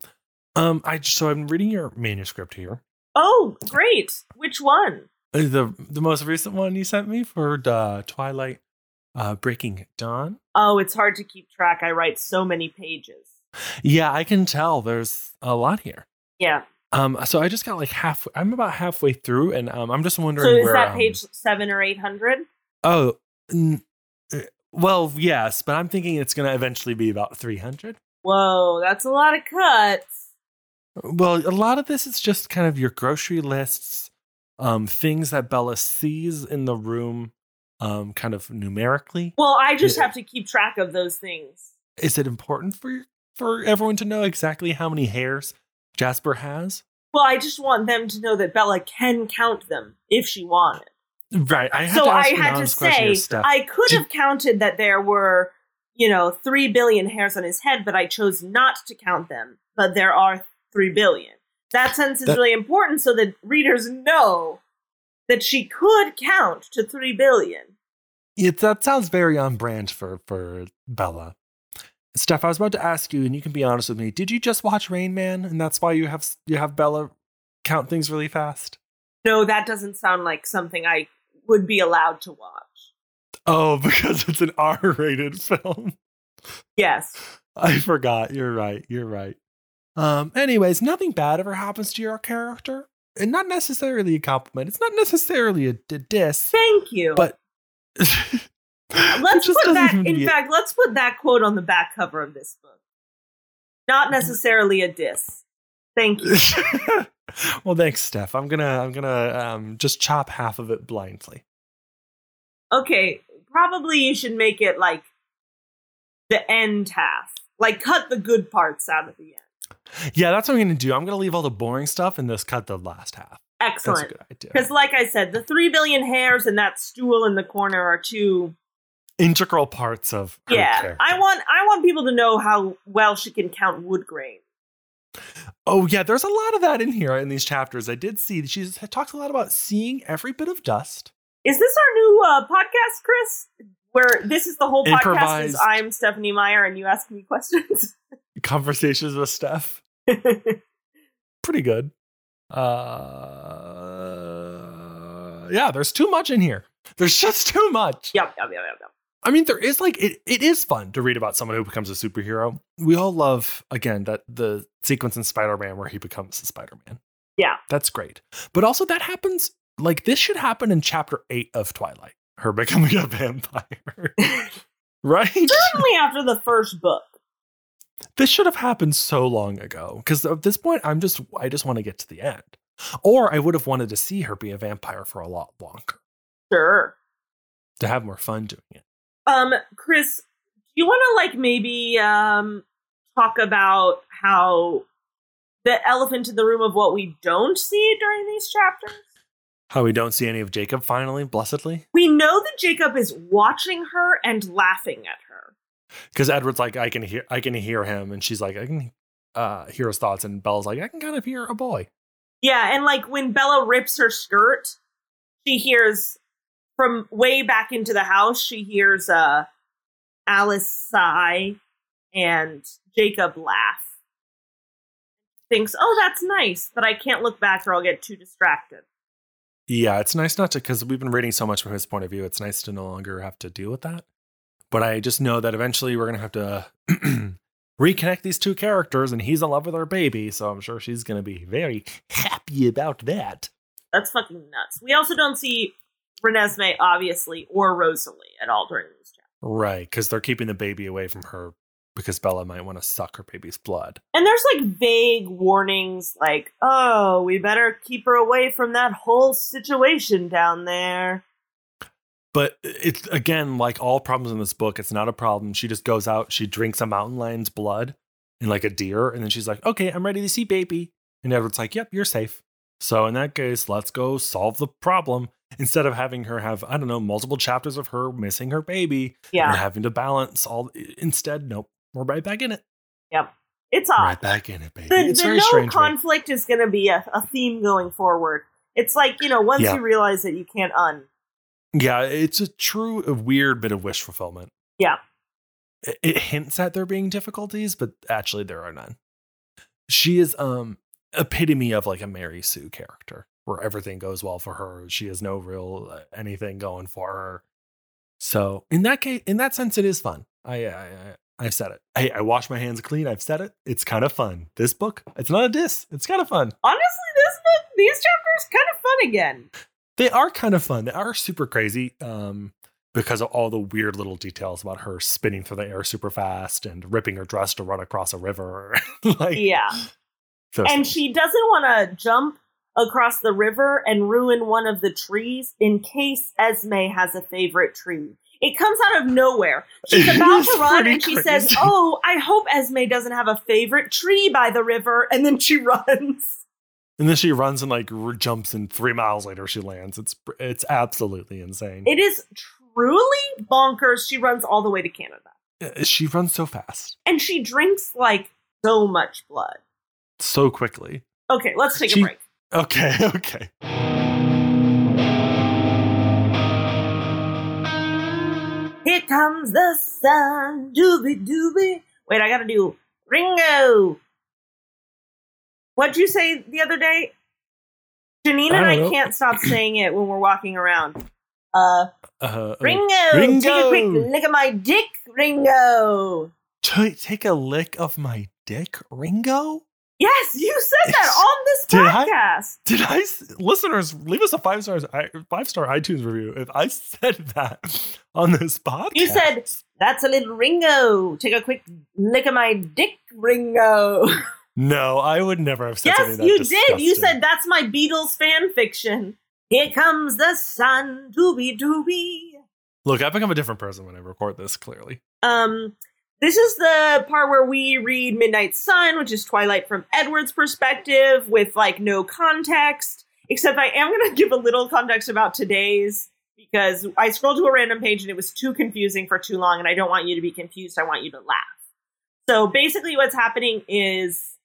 Um, I just, so I'm reading your manuscript here. Oh, great. Which one? Uh, The the most recent one you sent me for uh, Twilight uh, Breaking Dawn. Oh, it's hard to keep track. I write so many pages. Yeah, I can tell there's a lot here. Yeah. Um, so I just got like half. I'm about halfway through, and um, I'm just wondering. So is where, that um, page seven or eight hundred? Oh, n- uh, well, yes, but I'm thinking it's gonna eventually be about 300. Whoa, that's a lot of cuts. Well, a lot of this is just kind of your grocery lists, um, things that Bella sees in the room, um, kind of numerically. Well, I just Yeah. have to keep track of those things. Is it important for your- for everyone to know exactly how many hairs Jasper has? Well, I just want them to know that Bella can count them if she wanted. Right. I had so to I ask an had to honest question say here, Steph. I could Did- have counted that there were, you know, three billion hairs on his head, but I chose not to count them. But there are three billion. That sentence is That- really important so that readers know that she could count to three billion. It, that sounds very on brand for for Bella. Steph, I was about to ask you, and you can be honest with me. Did you just watch Rain Man, and that's why you have s- you have Bella count things really fast? No, that doesn't sound like something I would be allowed to watch. Oh, [laughs] because it's an R-rated film. Yes. I forgot. You're right. You're right. Um, anyways, nothing bad ever happens to your character. And not necessarily a compliment. It's not necessarily a, a diss, [laughs] Thank you. but let's put that in fact, let's put that quote on the back cover of this book. Not Mm-hmm. necessarily a diss. Thank [laughs] you. fact. well, thanks, Steph. I'm gonna I'm gonna um, just chop half of it blindly. okay, probably you should make it like the end half. Like cut the good parts out of the end. Yeah, that's what I'm gonna do. I'm gonna leave all the boring stuff and just cut the last half. That's a Excellent. good idea. Because, like I said, the three billion hairs and that stool in the corner are too. Integral parts of her yeah, character. I want I want people to know how well she can count wood grain. Oh yeah, there's a lot of that in here in these chapters. I did see she talks a lot about seeing every bit of dust. Is this our new uh, podcast, Chris? Where this is the whole podcast is Improvised. I'm Stephanie Meyer and you ask me questions. Conversations with Steph, That's pretty good. Uh, yeah, there's [laughs] too much in here. There's just too much. Yep, yep, yep, yep, yep. I mean, there is like it, it is fun to read about someone who becomes a superhero. We all love again that the sequence in Spider-Man where he becomes the Spider-Man. Yeah. That's great. But also that happens like this should happen in chapter eight of Twilight, her [laughs] becoming a vampire. right? Certainly after the first book. This should have happened so long ago. Because at this point, I'm just I just want to get to the end. Or I would have wanted to see her be a vampire for a lot longer. Sure. To have more fun doing it. Um, Chris, do you want to like maybe um talk about how the elephant in the room of what we don't see during these chapters? How we don't see any of Jacob finally, blessedly? We know that Jacob is watching her and laughing at her. Because Edward's like, I can hear I can hear him, and she's like, I can uh hear his thoughts, and Belle's like, I can kind of hear a boy. Yeah, and like when Bella rips her skirt, she hears from way back into the house, she hears uh Alice sigh and Jacob laugh. Thinks, oh, that's nice, but I can't look back or I'll get too distracted. Yeah, it's nice not to because we've been reading so much from his point of view. It's nice to no longer have to deal with that. But I just know that eventually we're gonna have to [clears throat] reconnect these two characters, and he's in love with her baby, so I'm sure she's gonna be very happy about that. That's fucking nuts. We also don't see Renesmee, obviously, or Rosalie at all during these chapters. Right, because they're keeping the baby away from her because Bella might want to suck her baby's blood. And there's like vague warnings like, oh, we better keep her away from that whole situation down there. But it's again like all problems in this book, it's not a problem. She just goes out, she drinks a mountain lion's blood and like a deer, and then she's like, Okay, I'm ready to see baby. And Edward's like, Yep, you're safe. So in that case, let's go solve the problem instead of having her have, I don't know, multiple chapters of her missing her baby and Yeah. having to balance all instead, nope, we're right back in it. Yep. It's odd. Right back in it, baby. the, it's the Ah. very no strange. right? conflict is going to be a, a theme going forward. It's like you know, once Yeah. you realize that you can't un. Yeah, it's a true a weird bit of wish fulfillment. Yeah. It- It hints at there being difficulties, but actually there are none. She is um epitome of like a Mary Sue character where everything goes well for her. She has no real uh, anything going for her. So, in that case in that sense it is fun. I I I I've said it. Hey, I wash my hands clean. I've said it. It's kind of fun. This book, it's not a diss. It's kind of fun. Honestly, this book, these chapters, kind of fun again. they are kind of fun. They are super crazy um, because of all the weird little details about her spinning through the air super fast and ripping her dress to run across a river. [laughs] like, Yeah, those and things. she doesn't want to jump across the river and ruin one of the trees in case Esme has a favorite tree. It comes out of nowhere. She's It about is to run, pretty and she says, crazy. "Oh, I hope Esme doesn't have a favorite tree by the river," and then she [laughs] runs. and then she runs and like r- jumps, and three miles later she lands. It's it's absolutely insane. It is truly bonkers. She runs all the way to Canada. Uh, she runs so fast, And she drinks like so much blood. so quickly. Okay, let's take She- a break. Okay, [laughs] okay. Here comes the sun. Doobie doobie. Wait, I gotta do Ringo. What'd you say the other day? Janine and I I don't know. can't [clears throat] stop saying it when we're walking around. Uh, Uh, Ringo, take Ringo. a quick lick of my dick, Ringo. t- take a lick of my dick, Ringo. Yes, you said that on this Did I? podcast. Did I, s- listeners, leave us a five stars, five star iTunes review if I said that on this podcast? You said- That's a little Ringo. Take a quick lick of my dick, Ringo. no. I would never have [laughs] said yes, something that you did. You disgusting. said that's my Beatles fan fiction. Here comes the sun, doobie doobie. Look, I become a different person when I record this. Clearly, Um, this is the part where we read Midnight Sun, which is Twilight from Edward's perspective, with like no context. Except I am going to [laughs] give a little context about today's because I scrolled to a random page and it was too confusing for too long, and I don't want you to be confused. I want you to laugh. So basically, what's happening is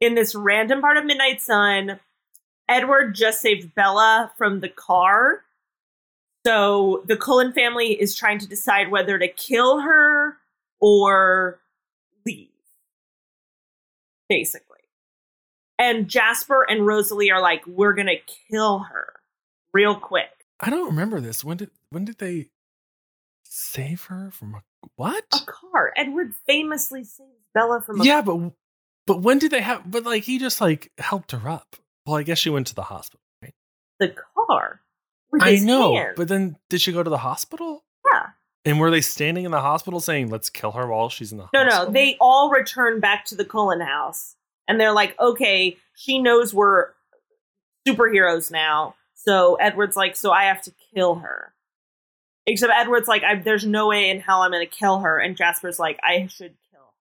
in this random part of Midnight Sun, Edward just saved Bella from the car so the Cullen family is trying to decide whether to kill her or leave, basically. And Jasper and Rosalie are like, we're going to kill her real quick. I don't remember this. When did when did they Save her from a what? A car. Edward famously saves Bella Oh, from a yeah, but but when did they have? But like he just like helped her up. Well, I guess she went to the hospital. Right? the car. With I his know, hand. but then did she go to the hospital? Yeah. And were they standing in the hospital saying, "Let's kill her while she's in the No, hospital"? no. They all return back to the Cullen house and they're like, okay, she knows we're superheroes now. So Edward's like, so I have to kill her. Except Edward's like, I, there's no way in hell I'm going to kill her. And Jasper's like, I should kill her.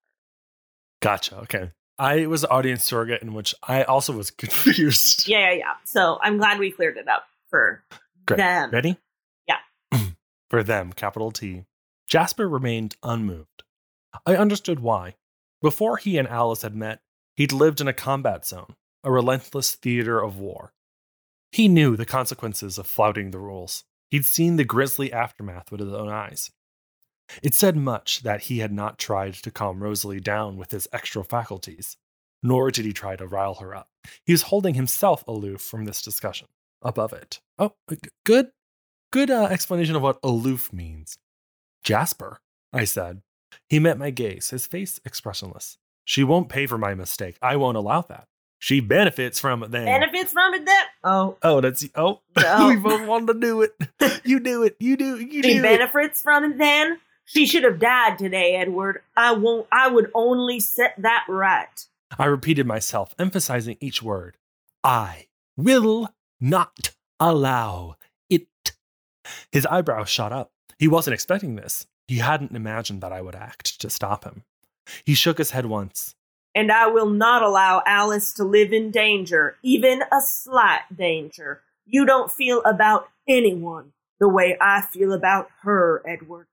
Gotcha. Okay. I was audience surrogate in which I also was [laughs] confused. Yeah, yeah, yeah. So I'm glad we cleared it up for Great. them. Ready? Yeah. [clears throat] For them, capital T. Jasper remained unmoved. I understood why. Before he and Alice had met, he'd lived in a combat zone, a relentless theater of war. He knew the consequences of flouting the rules. He'd seen the grisly aftermath with his own eyes. It said much that he had not tried to calm Rosalie down with his extra faculties, nor did he try to rile her up. He was holding himself aloof from this discussion, above it. Oh, g- good Good uh, explanation of what aloof means. Jasper, I said. He met my gaze, his face expressionless. She won't pay for my mistake. I won't allow that. She benefits from it then. Benefits from it, then. Oh, oh, that's oh. [laughs] No. we both wanted to do it. You do it. You do. You she do. it. benefits from it then. She should have died today, Edward. I won't. I would only set that right. I repeated myself, emphasizing each word. I will not allow it. His eyebrows shot up. He wasn't expecting this. He hadn't imagined that I would act to stop him. He shook his head once. And I will not allow Alice to live in danger, even a slight danger. You don't feel about anyone the way I feel about her, Edward.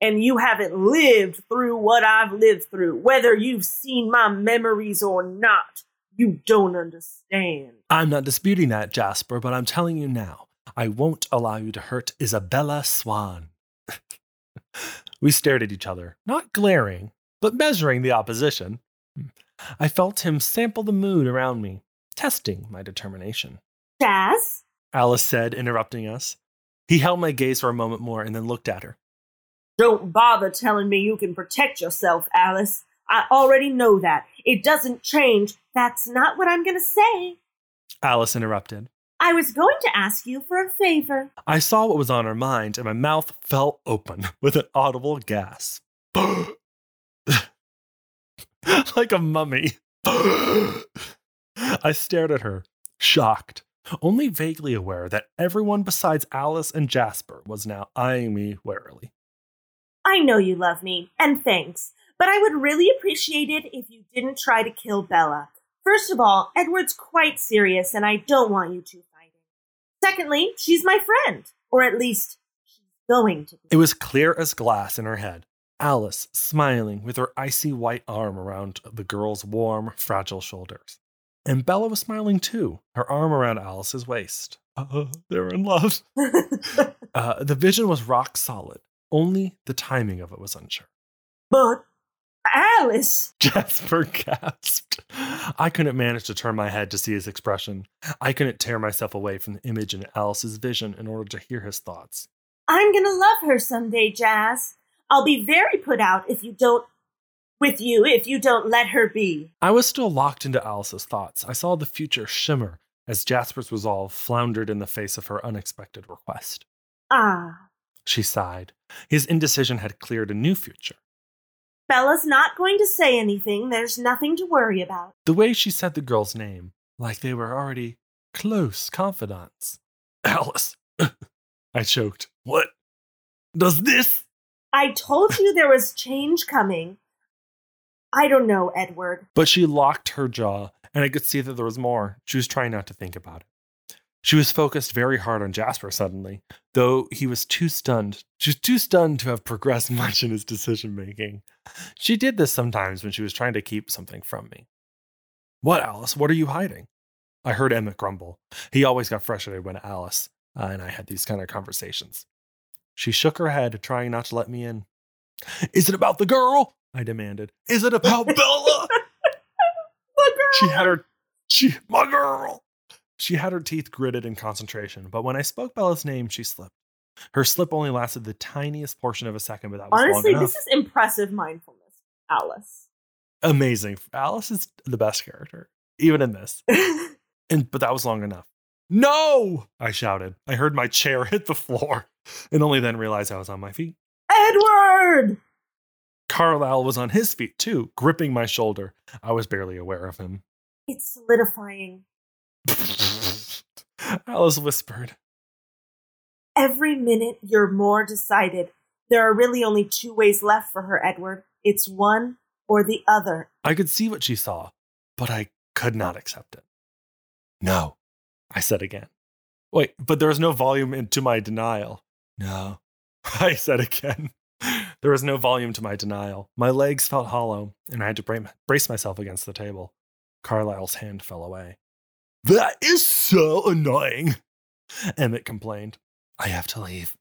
And you haven't lived through what I've lived through, whether you've seen my memories or not. You don't understand. I'm not disputing that, Jasper, but I'm telling you now, I won't allow you to hurt Isabella Swan. [laughs] we stared at each other, not glaring, but measuring the opposition. I felt him sample the mood around me, testing my determination. Jazz? Alice said, interrupting us. He held my gaze for a moment more and then looked at her. Don't bother telling me you can protect yourself, Alice. I already know that. It doesn't change. That's not what I'm going to say. Alice interrupted. I was going to ask you for a favor. I saw what was on her mind, and my mouth fell open [laughs] with an audible gasp. [gasps] like a mummy. [gasps] I stared at her, shocked, only vaguely aware that everyone besides Alice and Jasper was now eyeing me warily. I know you love me, and thanks, but I would really appreciate it if you didn't try to kill Bella. First of all, Edward's quite serious, and I don't want you two fighting. Secondly, she's my friend, or at least she's going to It be. was clear as glass in her head. Alice smiling with her icy white arm around the girl's warm, fragile shoulders. And Bella was smiling too, her arm around Alice's waist. Uh, they're in love. Uh, the vision was rock solid. Only the timing of it was unsure. [laughs] but Alice, Jasper gasped. I couldn't manage to turn my head to see his expression. I couldn't tear myself away from the image in Alice's vision in order to hear his thoughts. I'm gonna love her someday, Jazz. I'll be very put out if you don't with you if you don't let her be. I was still locked into Alice's thoughts. I saw the future shimmer as Jasper's resolve floundered in the face of her unexpected request. Ah. She sighed. His indecision had cleared a new future. Bella's not going to say anything. There's nothing to worry about. The way she said the girl's name, like they were already close confidants. Alice, [coughs] I choked. What does this? I told you there was change coming. I don't know, Edward. But she locked her jaw, and I could see that there was more. She was trying not to think about it. She was focused very hard on Jasper suddenly, though he was too stunned. She was too stunned to have progressed [laughs] much in his decision making. She did this sometimes when she was trying to keep something from me. What, Alice? What are you hiding? I heard Emmett grumble. He always got frustrated when Alice uh, and I had these kind of conversations. She shook her head, trying not to let me in. Is it about the girl? I demanded. Is it about Bella? Look, girl. She had her she my girl. She had her teeth gritted in concentration, but when I spoke Bella's name, she slipped. Her slip only lasted the tiniest portion of a second, but that was Honestly, long enough. this is impressive mindfulness, Alice. [laughs] Amazing. Alice is the best character, even in this. And but that was long enough. No! I shouted. I heard my chair [laughs] hit the floor, and only then realized I was on my feet. Edward! Carlisle was on his feet too, gripping my shoulder. I was barely aware of him. [laughs] It's solidifying. Alice whispered. Every minute you're more decided. There are really only two ways left for her, Edward. It's one or the other. I could see what she saw, but I could not accept it. No, I said again. Wait, but there was no volume into my denial. No, [laughs] I said again. There was no volume to my denial. My legs felt hollow, and I had to bra- brace myself against the table. Carlyle's hand fell away. That is so annoying, Emmett complained. I have to leave.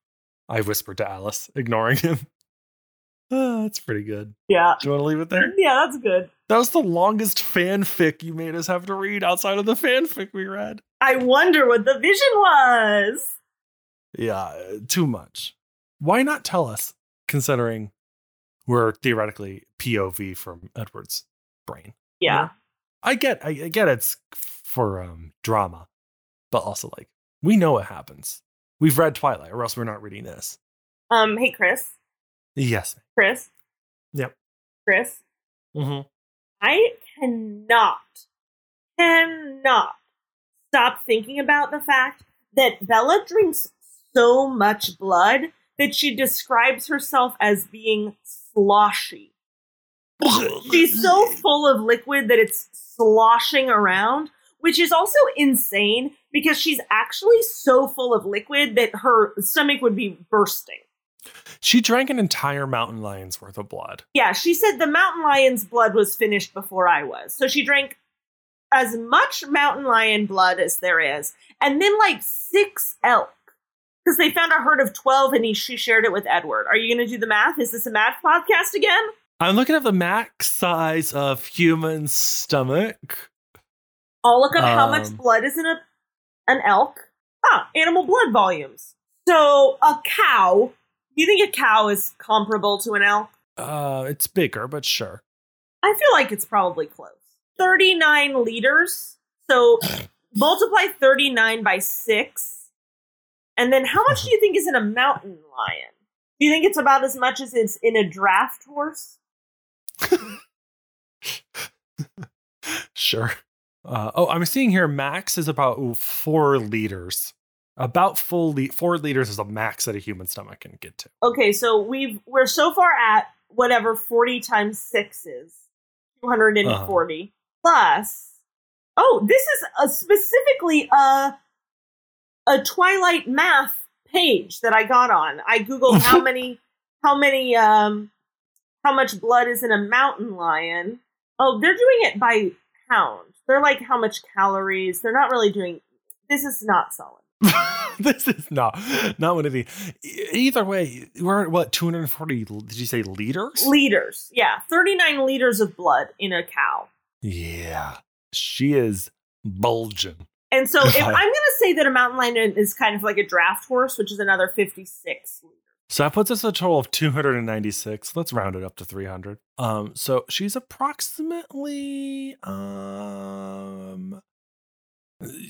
I whispered to Alice, ignoring him. [laughs] Ah, that's pretty good. Yeah. Do you want to leave it there? Mm-hmm. Yeah, that's good. That was the longest fanfic you made us have to read outside of the fanfic we read. I wonder what the vision was. Yeah, too much. Why not tell us, considering we're theoretically POV from Edward's brain? Yeah. I get, I, I get it's for um, drama, but also like we know what happens. We've read Twilight, or else we're not reading this. Um, hey, Chris. Yes. Chris. Yep. Chris. [laughs] Mm-hmm. I cannot, cannot stop thinking about the fact that Bella drinks so much blood that she describes herself as being sloshy. She's so Mm-hmm. full of liquid that it's sloshing around, which is also insane because she's actually so full of liquid that her stomach would be bursting. She drank an entire mountain lion's worth of blood. Yeah, she said the mountain lion's blood was finished before I was. So she drank as much mountain lion blood as there is, and then like six elk. Because they found a herd of 12 and he, she shared it with Edward. Are you going to do the math? Is this a math podcast again? I'm looking at the max size of human stomach. I'll look up how much Um. blood is in a, an elk. Huh, animal blood volumes. So a cow, do you think a cow is comparable to an elk? Uh, it's bigger, but sure. I feel like it's probably close. 39 liters. So multiply 39 by 6. And then how much do you think is in a mountain lion? Do you think it's about as much as it's in a draft horse? Sure. Uh, oh, I'm seeing here max is about ooh, four liters. About full le- four liters is the max that a human stomach can get to. [laughs] Okay, so we've we're so far at whatever 40 times 6 is. 240 plus Oh, this is a specifically a a Twilight math page that I got on. I googled how many how many um how much blood is in a mountain lion. Oh, they're doing it by pound. They're like how much calories. They're not really doing this is not solid. this is not not one of the. e- Either way, we're at what 240? l- Did you say liters? Liters. Yeah, 39 liters of blood in a cow. yeah, she is bulging. And so if [laughs] Right. I'm going to say that a mountain lion is kind of like a draft horse, which is another 56 liters. So that puts us at a total of 296. Let's round it up to 300. Um, so she's approximately um,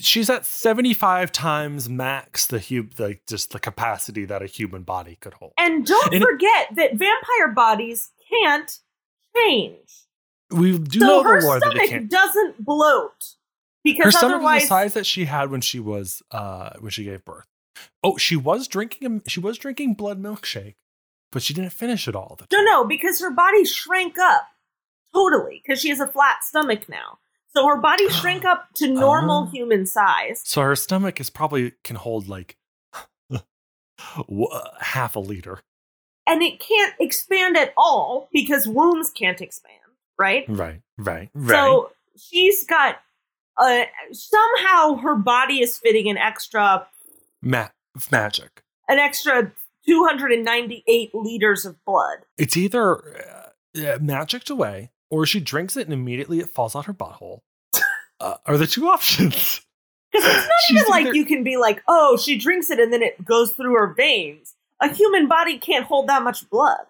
she's at 75 times max the hu- the just the capacity that a human body could hold. And don't And- forget that vampire bodies can't change. We do so know her the lore that they stomach can't. doesn't bloat Her because stomach is otherwise the size that she had when she was uh when she gave birth. Oh, she was drinking a, she was drinking blood milkshake, but she didn't finish it all. The No, no, because her body shrank up totally because she has a flat stomach now. So her [gasps] body shrank up to normal Oh. human size. So her stomach is probably can hold like [laughs] wha- half a liter. And it can't expand at all because wounds can't expand, right? Right, right, So she's got uh somehow her body is fitting an extra Ma- magic. an extra 298 liters of blood. It's either uh, uh, magicked away or she drinks it and immediately it falls out her butthole. uh, are the two [laughs] options. Because it's not She's even like either- you can be like, oh, she drinks it and then it goes through her veins. A human body can't hold that much blood.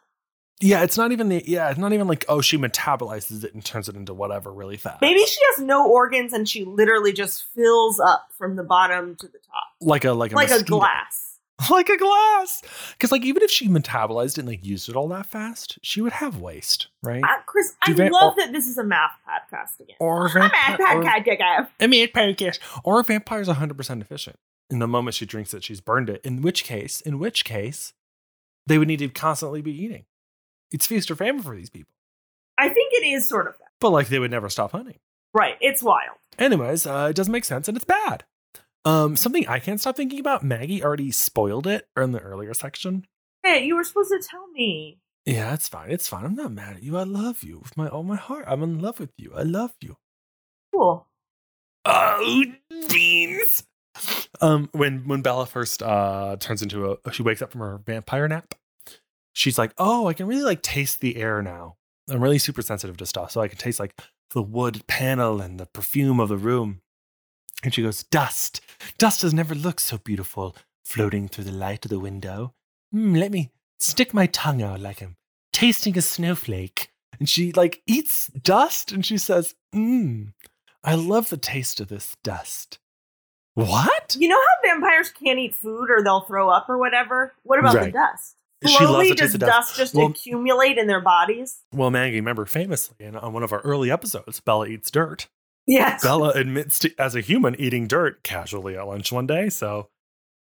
Yeah, it's not even the yeah, it's not even like oh she metabolizes it and turns it into whatever really fast. Maybe she has no organs and she literally just fills up from the bottom to the top, like a like a like a mosquito. glass. [laughs] like a glass. Because like even if she metabolized and like used it all that fast, she would have waste, right? Uh, Chris, I Do they- love that this is a math podcast again. or A vamp- math podcast again. I mean, pancakes. Or a vampire's 100% efficient. In the moment she drinks it, she's burned it. In which case, in which case, they would need to constantly be eating. It's feast or famine for these people. I think it is sort of that. But like they would never stop hunting. Right. It's wild. Anyways, uh, it doesn't make sense and it's bad. Um, something I can't stop thinking about. Maggie already spoiled it in the earlier section. Hey, you were supposed to tell me. Yeah, it's fine. It's fine. I'm not mad at you. I love you with my all my heart. I'm in love with you. I love you. Cool. Oh, beans. Um, when when Bella first uh turns into a she wakes up from her vampire nap, she's like, "Oh, I can really like taste the air now. I'm really super sensitive to stuff, so I can taste like the wood panel and the perfume of the room." And she goes, "Dust. Dust has never looked so beautiful floating through the light of the window. Hmm, let me stick my tongue out like I'm tasting a snowflake." And she like eats dust and she says, "Mmm." I love the taste of this dust. What? You know how vampires can't eat food or they'll throw up or whatever? What about the Right. dust? She loves Slowly the taste does of dust, dust. just Well- accumulate in their bodies? Well, Maggie, remember famously in on one of our early episodes, Bella eats dirt. Yes. Bella admits to, as a human, eating dirt casually at lunch one day. So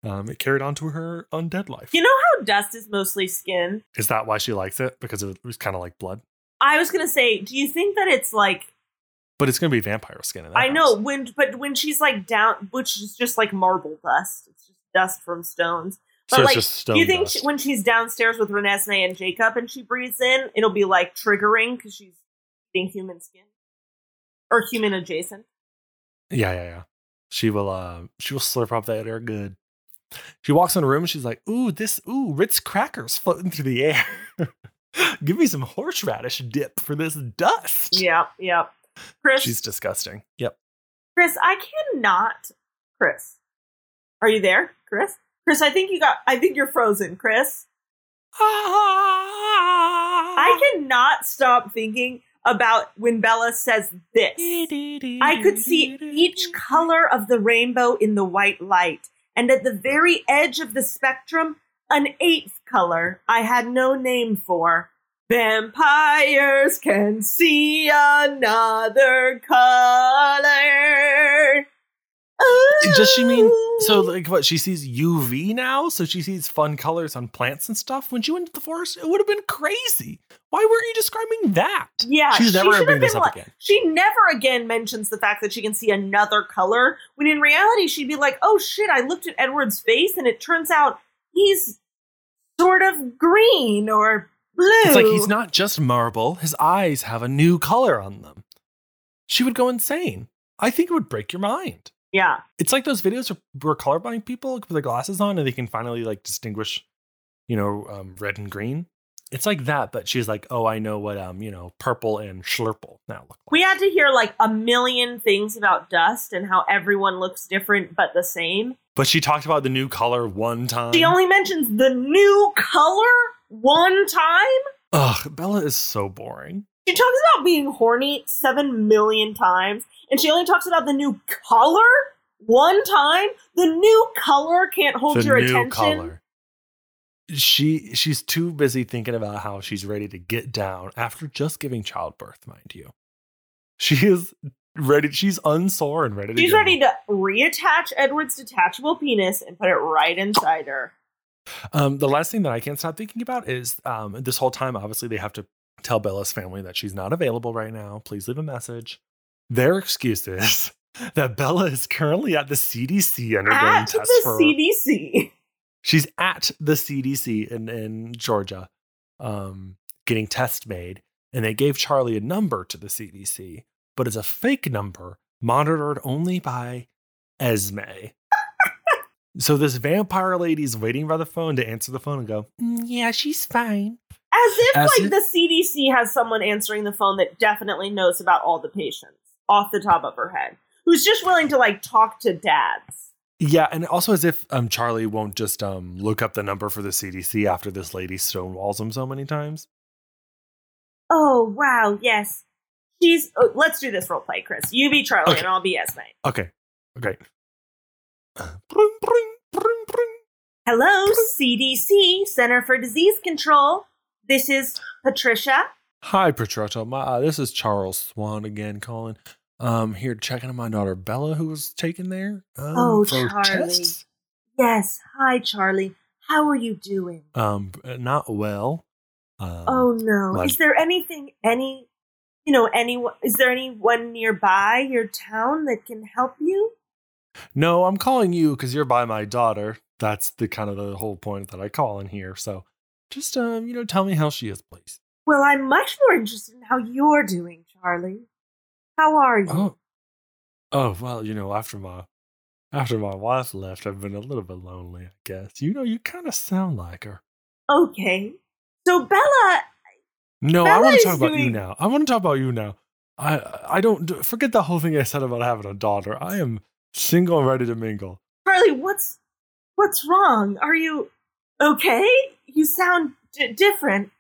um, it carried on to her undead life. You know how dust is mostly skin? Is that why she likes it? Because it was kind of like blood. I was gonna say, do you think that it's like But it's going to be vampire skin. In that I know house. when, but when she's like down, which is just like marble dust. It's just dust from stones. But So it's like, just stone do you think dust. she, when she's downstairs with Renesmee and Jacob, and she breathes in, it'll be like triggering because she's eating human skin or human adjacent? Yeah, yeah, yeah. She will uh she will slurp up that air good. She walks in the room and she's like, ooh, this ooh, Ritz crackers floating through the [laughs] air. Give me some horseradish dip for this dust. Yep, yep. Chris, She's disgusting. Yep. Chris, I cannot. Chris, are you there, Chris? Chris, I think you got. I think you're frozen, Chris. I cannot stop thinking about when Bella says this. I could see each color of the rainbow in the white light, and at the very edge of the spectrum, an eighth color I had no name for. Vampires can see another color. Does she mean so Ooh. like what she sees UV now? So she sees fun colors on plants and stuff. When she went to the forest, it would have been crazy. Why weren't you describing that? Yeah, She's she never should gonna bring have been this up like- again. She never again mentions the fact that she can see another color, when in reality, she'd be like, oh shit, I looked at Edward's face and it turns out he's sort of green or blue. It's like he's not just marble, his eyes have a new color on them. She would go insane. I think it would break your mind. Yeah. It's like those videos where- where colorblind people put their glasses on and they can finally like distinguish, you know, um, red and green. It's like that, but she's like, oh, I know what, um, you know, purple and schlurple now look like. We had to hear like a million things about dust and how everyone looks different but the same. But she talked about the new color one time. She only mentions the new color one time. Ugh, Bella is so boring. She talks about being horny seven million times, and she only talks about the new color one time. The new color can't hold the your new attention. color. She she's too busy thinking about how she's ready to get down after just giving childbirth, mind you. She is ready. She's unsore and ready to. She's go. ready to reattach Edward's detachable penis and put it right inside her. Um, the last thing that I can't stop thinking about is um, this whole time. Obviously, they have to tell Bella's family that she's not available right now. Please leave a message. Their [laughs] excuse is that Bella is currently at the CDC undergoing At tests the for CDC. she's at the CDC in, in Georgia, um, getting tests made, and they gave Charlie a number to the CDC, but it's a fake number monitored only by Esme. so this vampire lady's waiting by the phone to answer the phone and go, "Mm, "Yeah, she's fine." As if As like if- the CDC has someone answering the phone that definitely knows about all the patients off the top of her head. who's just willing to like talk to dads. Yeah, and also as if um, Charlie won't just um, look up the number for the CDC after this lady stonewalls him so many times. Oh wow, yes. She's. Oh, let's do this role play, Chris. You be Charlie, Okay. and I'll be Esme. Okay, okay. [clears throat] Uh, bring, bring, bring, bring. Hello, CDC, Center for Disease Control. This is Patricia. Hi, Patricia. My, uh, this is Charles Swan again calling. Um, here checking on my daughter Bella, who was taken there. Um, Oh, for Charlie. tests. Yes, hi, Charlie. How are you doing? Um, not well. Um, Oh no. Well- Is there anything any you know, anyone is there anyone nearby your town that can help you? No, I'm calling you because you're by my daughter. That's the kind of the whole point that I call in here. So just um, you know, tell me how she is, please. Well, I'm much more interested in how you're doing, Charlie. How are you? Oh. Oh, well, you know, after my after my wife left, I've been a little bit lonely, I guess. You know, you kind of sound like her. Oh. Okay. So Bella No, I Bella want is to talk about you doing- now. I want to talk about you now. I I don't do- forget the whole thing I said about having a daughter. I am single and ready to mingle. [laughs] Charlie, what's what's wrong? Are you okay? You sound d- different.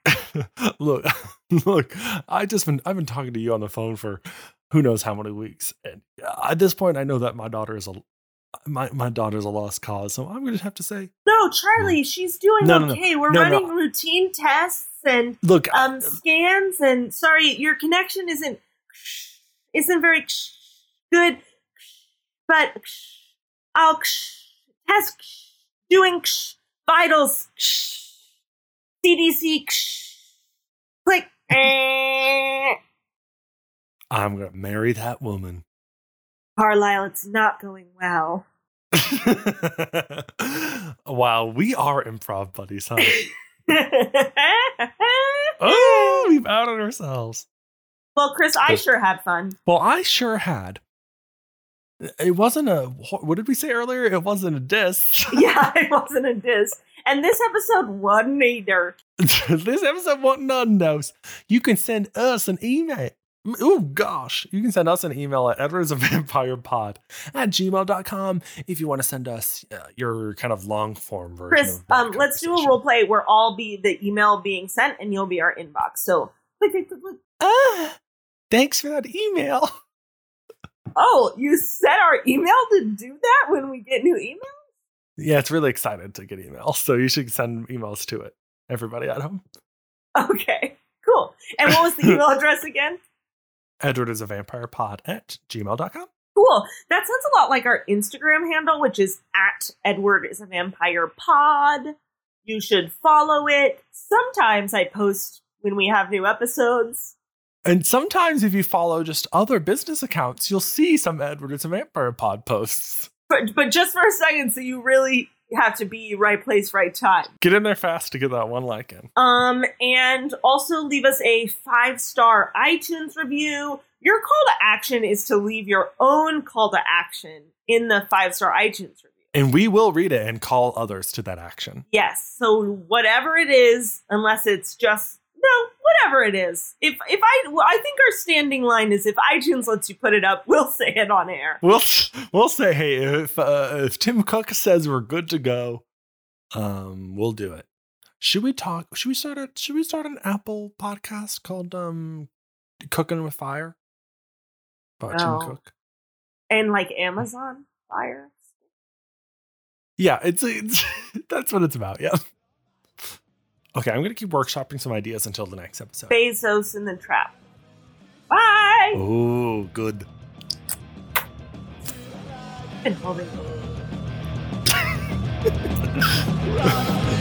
look, [laughs] look, I just been I've been talking to you on the phone for who knows how many weeks, and at this point, I know that my daughter is a my my daughter's a lost cause. So I'm gonna have to say, No, Charlie, she's doing Mm. No, no, no. okay. We're No, Uh, no. running routine tests and look, I- um scans and sorry, your connection isn't isn't very good, but I'll test doing vitals CDC [laughs] click. I'm gonna marry that woman. [laughs] Carlisle, it's not going well. wow, we are improv buddies, huh? [laughs] well, oh, we've outed ourselves. Chris, I Chris. sure had fun. [laughs] Well, I sure had. It wasn't a. What did we say earlier? It wasn't a diss. Yeah, it wasn't a diss. And this episode wasn't either. [laughs] this episode what none knows. You can send us an email. Oh gosh, you can send us an email at edwardsofvampirepod at gmail.com if you want to send us uh, your kind of long form version. Chris, of that um, let's do a conversation. role play where I'll be the email being sent and you'll be our inbox. So, click, click, click, click. Ah, thanks for that email. [laughs] oh, you set our email to do that when we get new email? [laughs] Yeah, it's really excited to get emails, so you should send emails to it. Everybody at home. Okay, cool. And what was the email address again? Edward is a vampire pod at gmail.com. Cool. That sounds a lot like our Instagram handle, which is at Edward is a Vampire Pod. You should follow it. Sometimes I post when we have new episodes. And sometimes if you follow just other business accounts, you'll see some Edward is a vampire pod posts. But, but just for a second, so you really have to be right place, right time. Get in there fast to get that one like in. Um, and also leave us a five star iTunes review. Your call to action is to leave your own call to action in the five star iTunes review. And we will read it and call others to that action. Yes. So whatever it is, unless it's just no, whatever it is. If if I well, I think our standing line is if iTunes lets you put it up, [laughs] we'll say it on air. We'll we'll say, hey, if uh, if Tim Cook says we're good to go, um, we'll do it. Should we talk? Should we start a Should we start an Apple podcast called um, Cooking with Fire? About No. Tim Cook. And like Amazon Fire. Yeah, it's, it's [laughs] that's what it's about. Yeah. Okay, I'm gonna keep workshopping some ideas until the next episode. Bezos in the trap. Bye. Oh, good. Been holding. Run,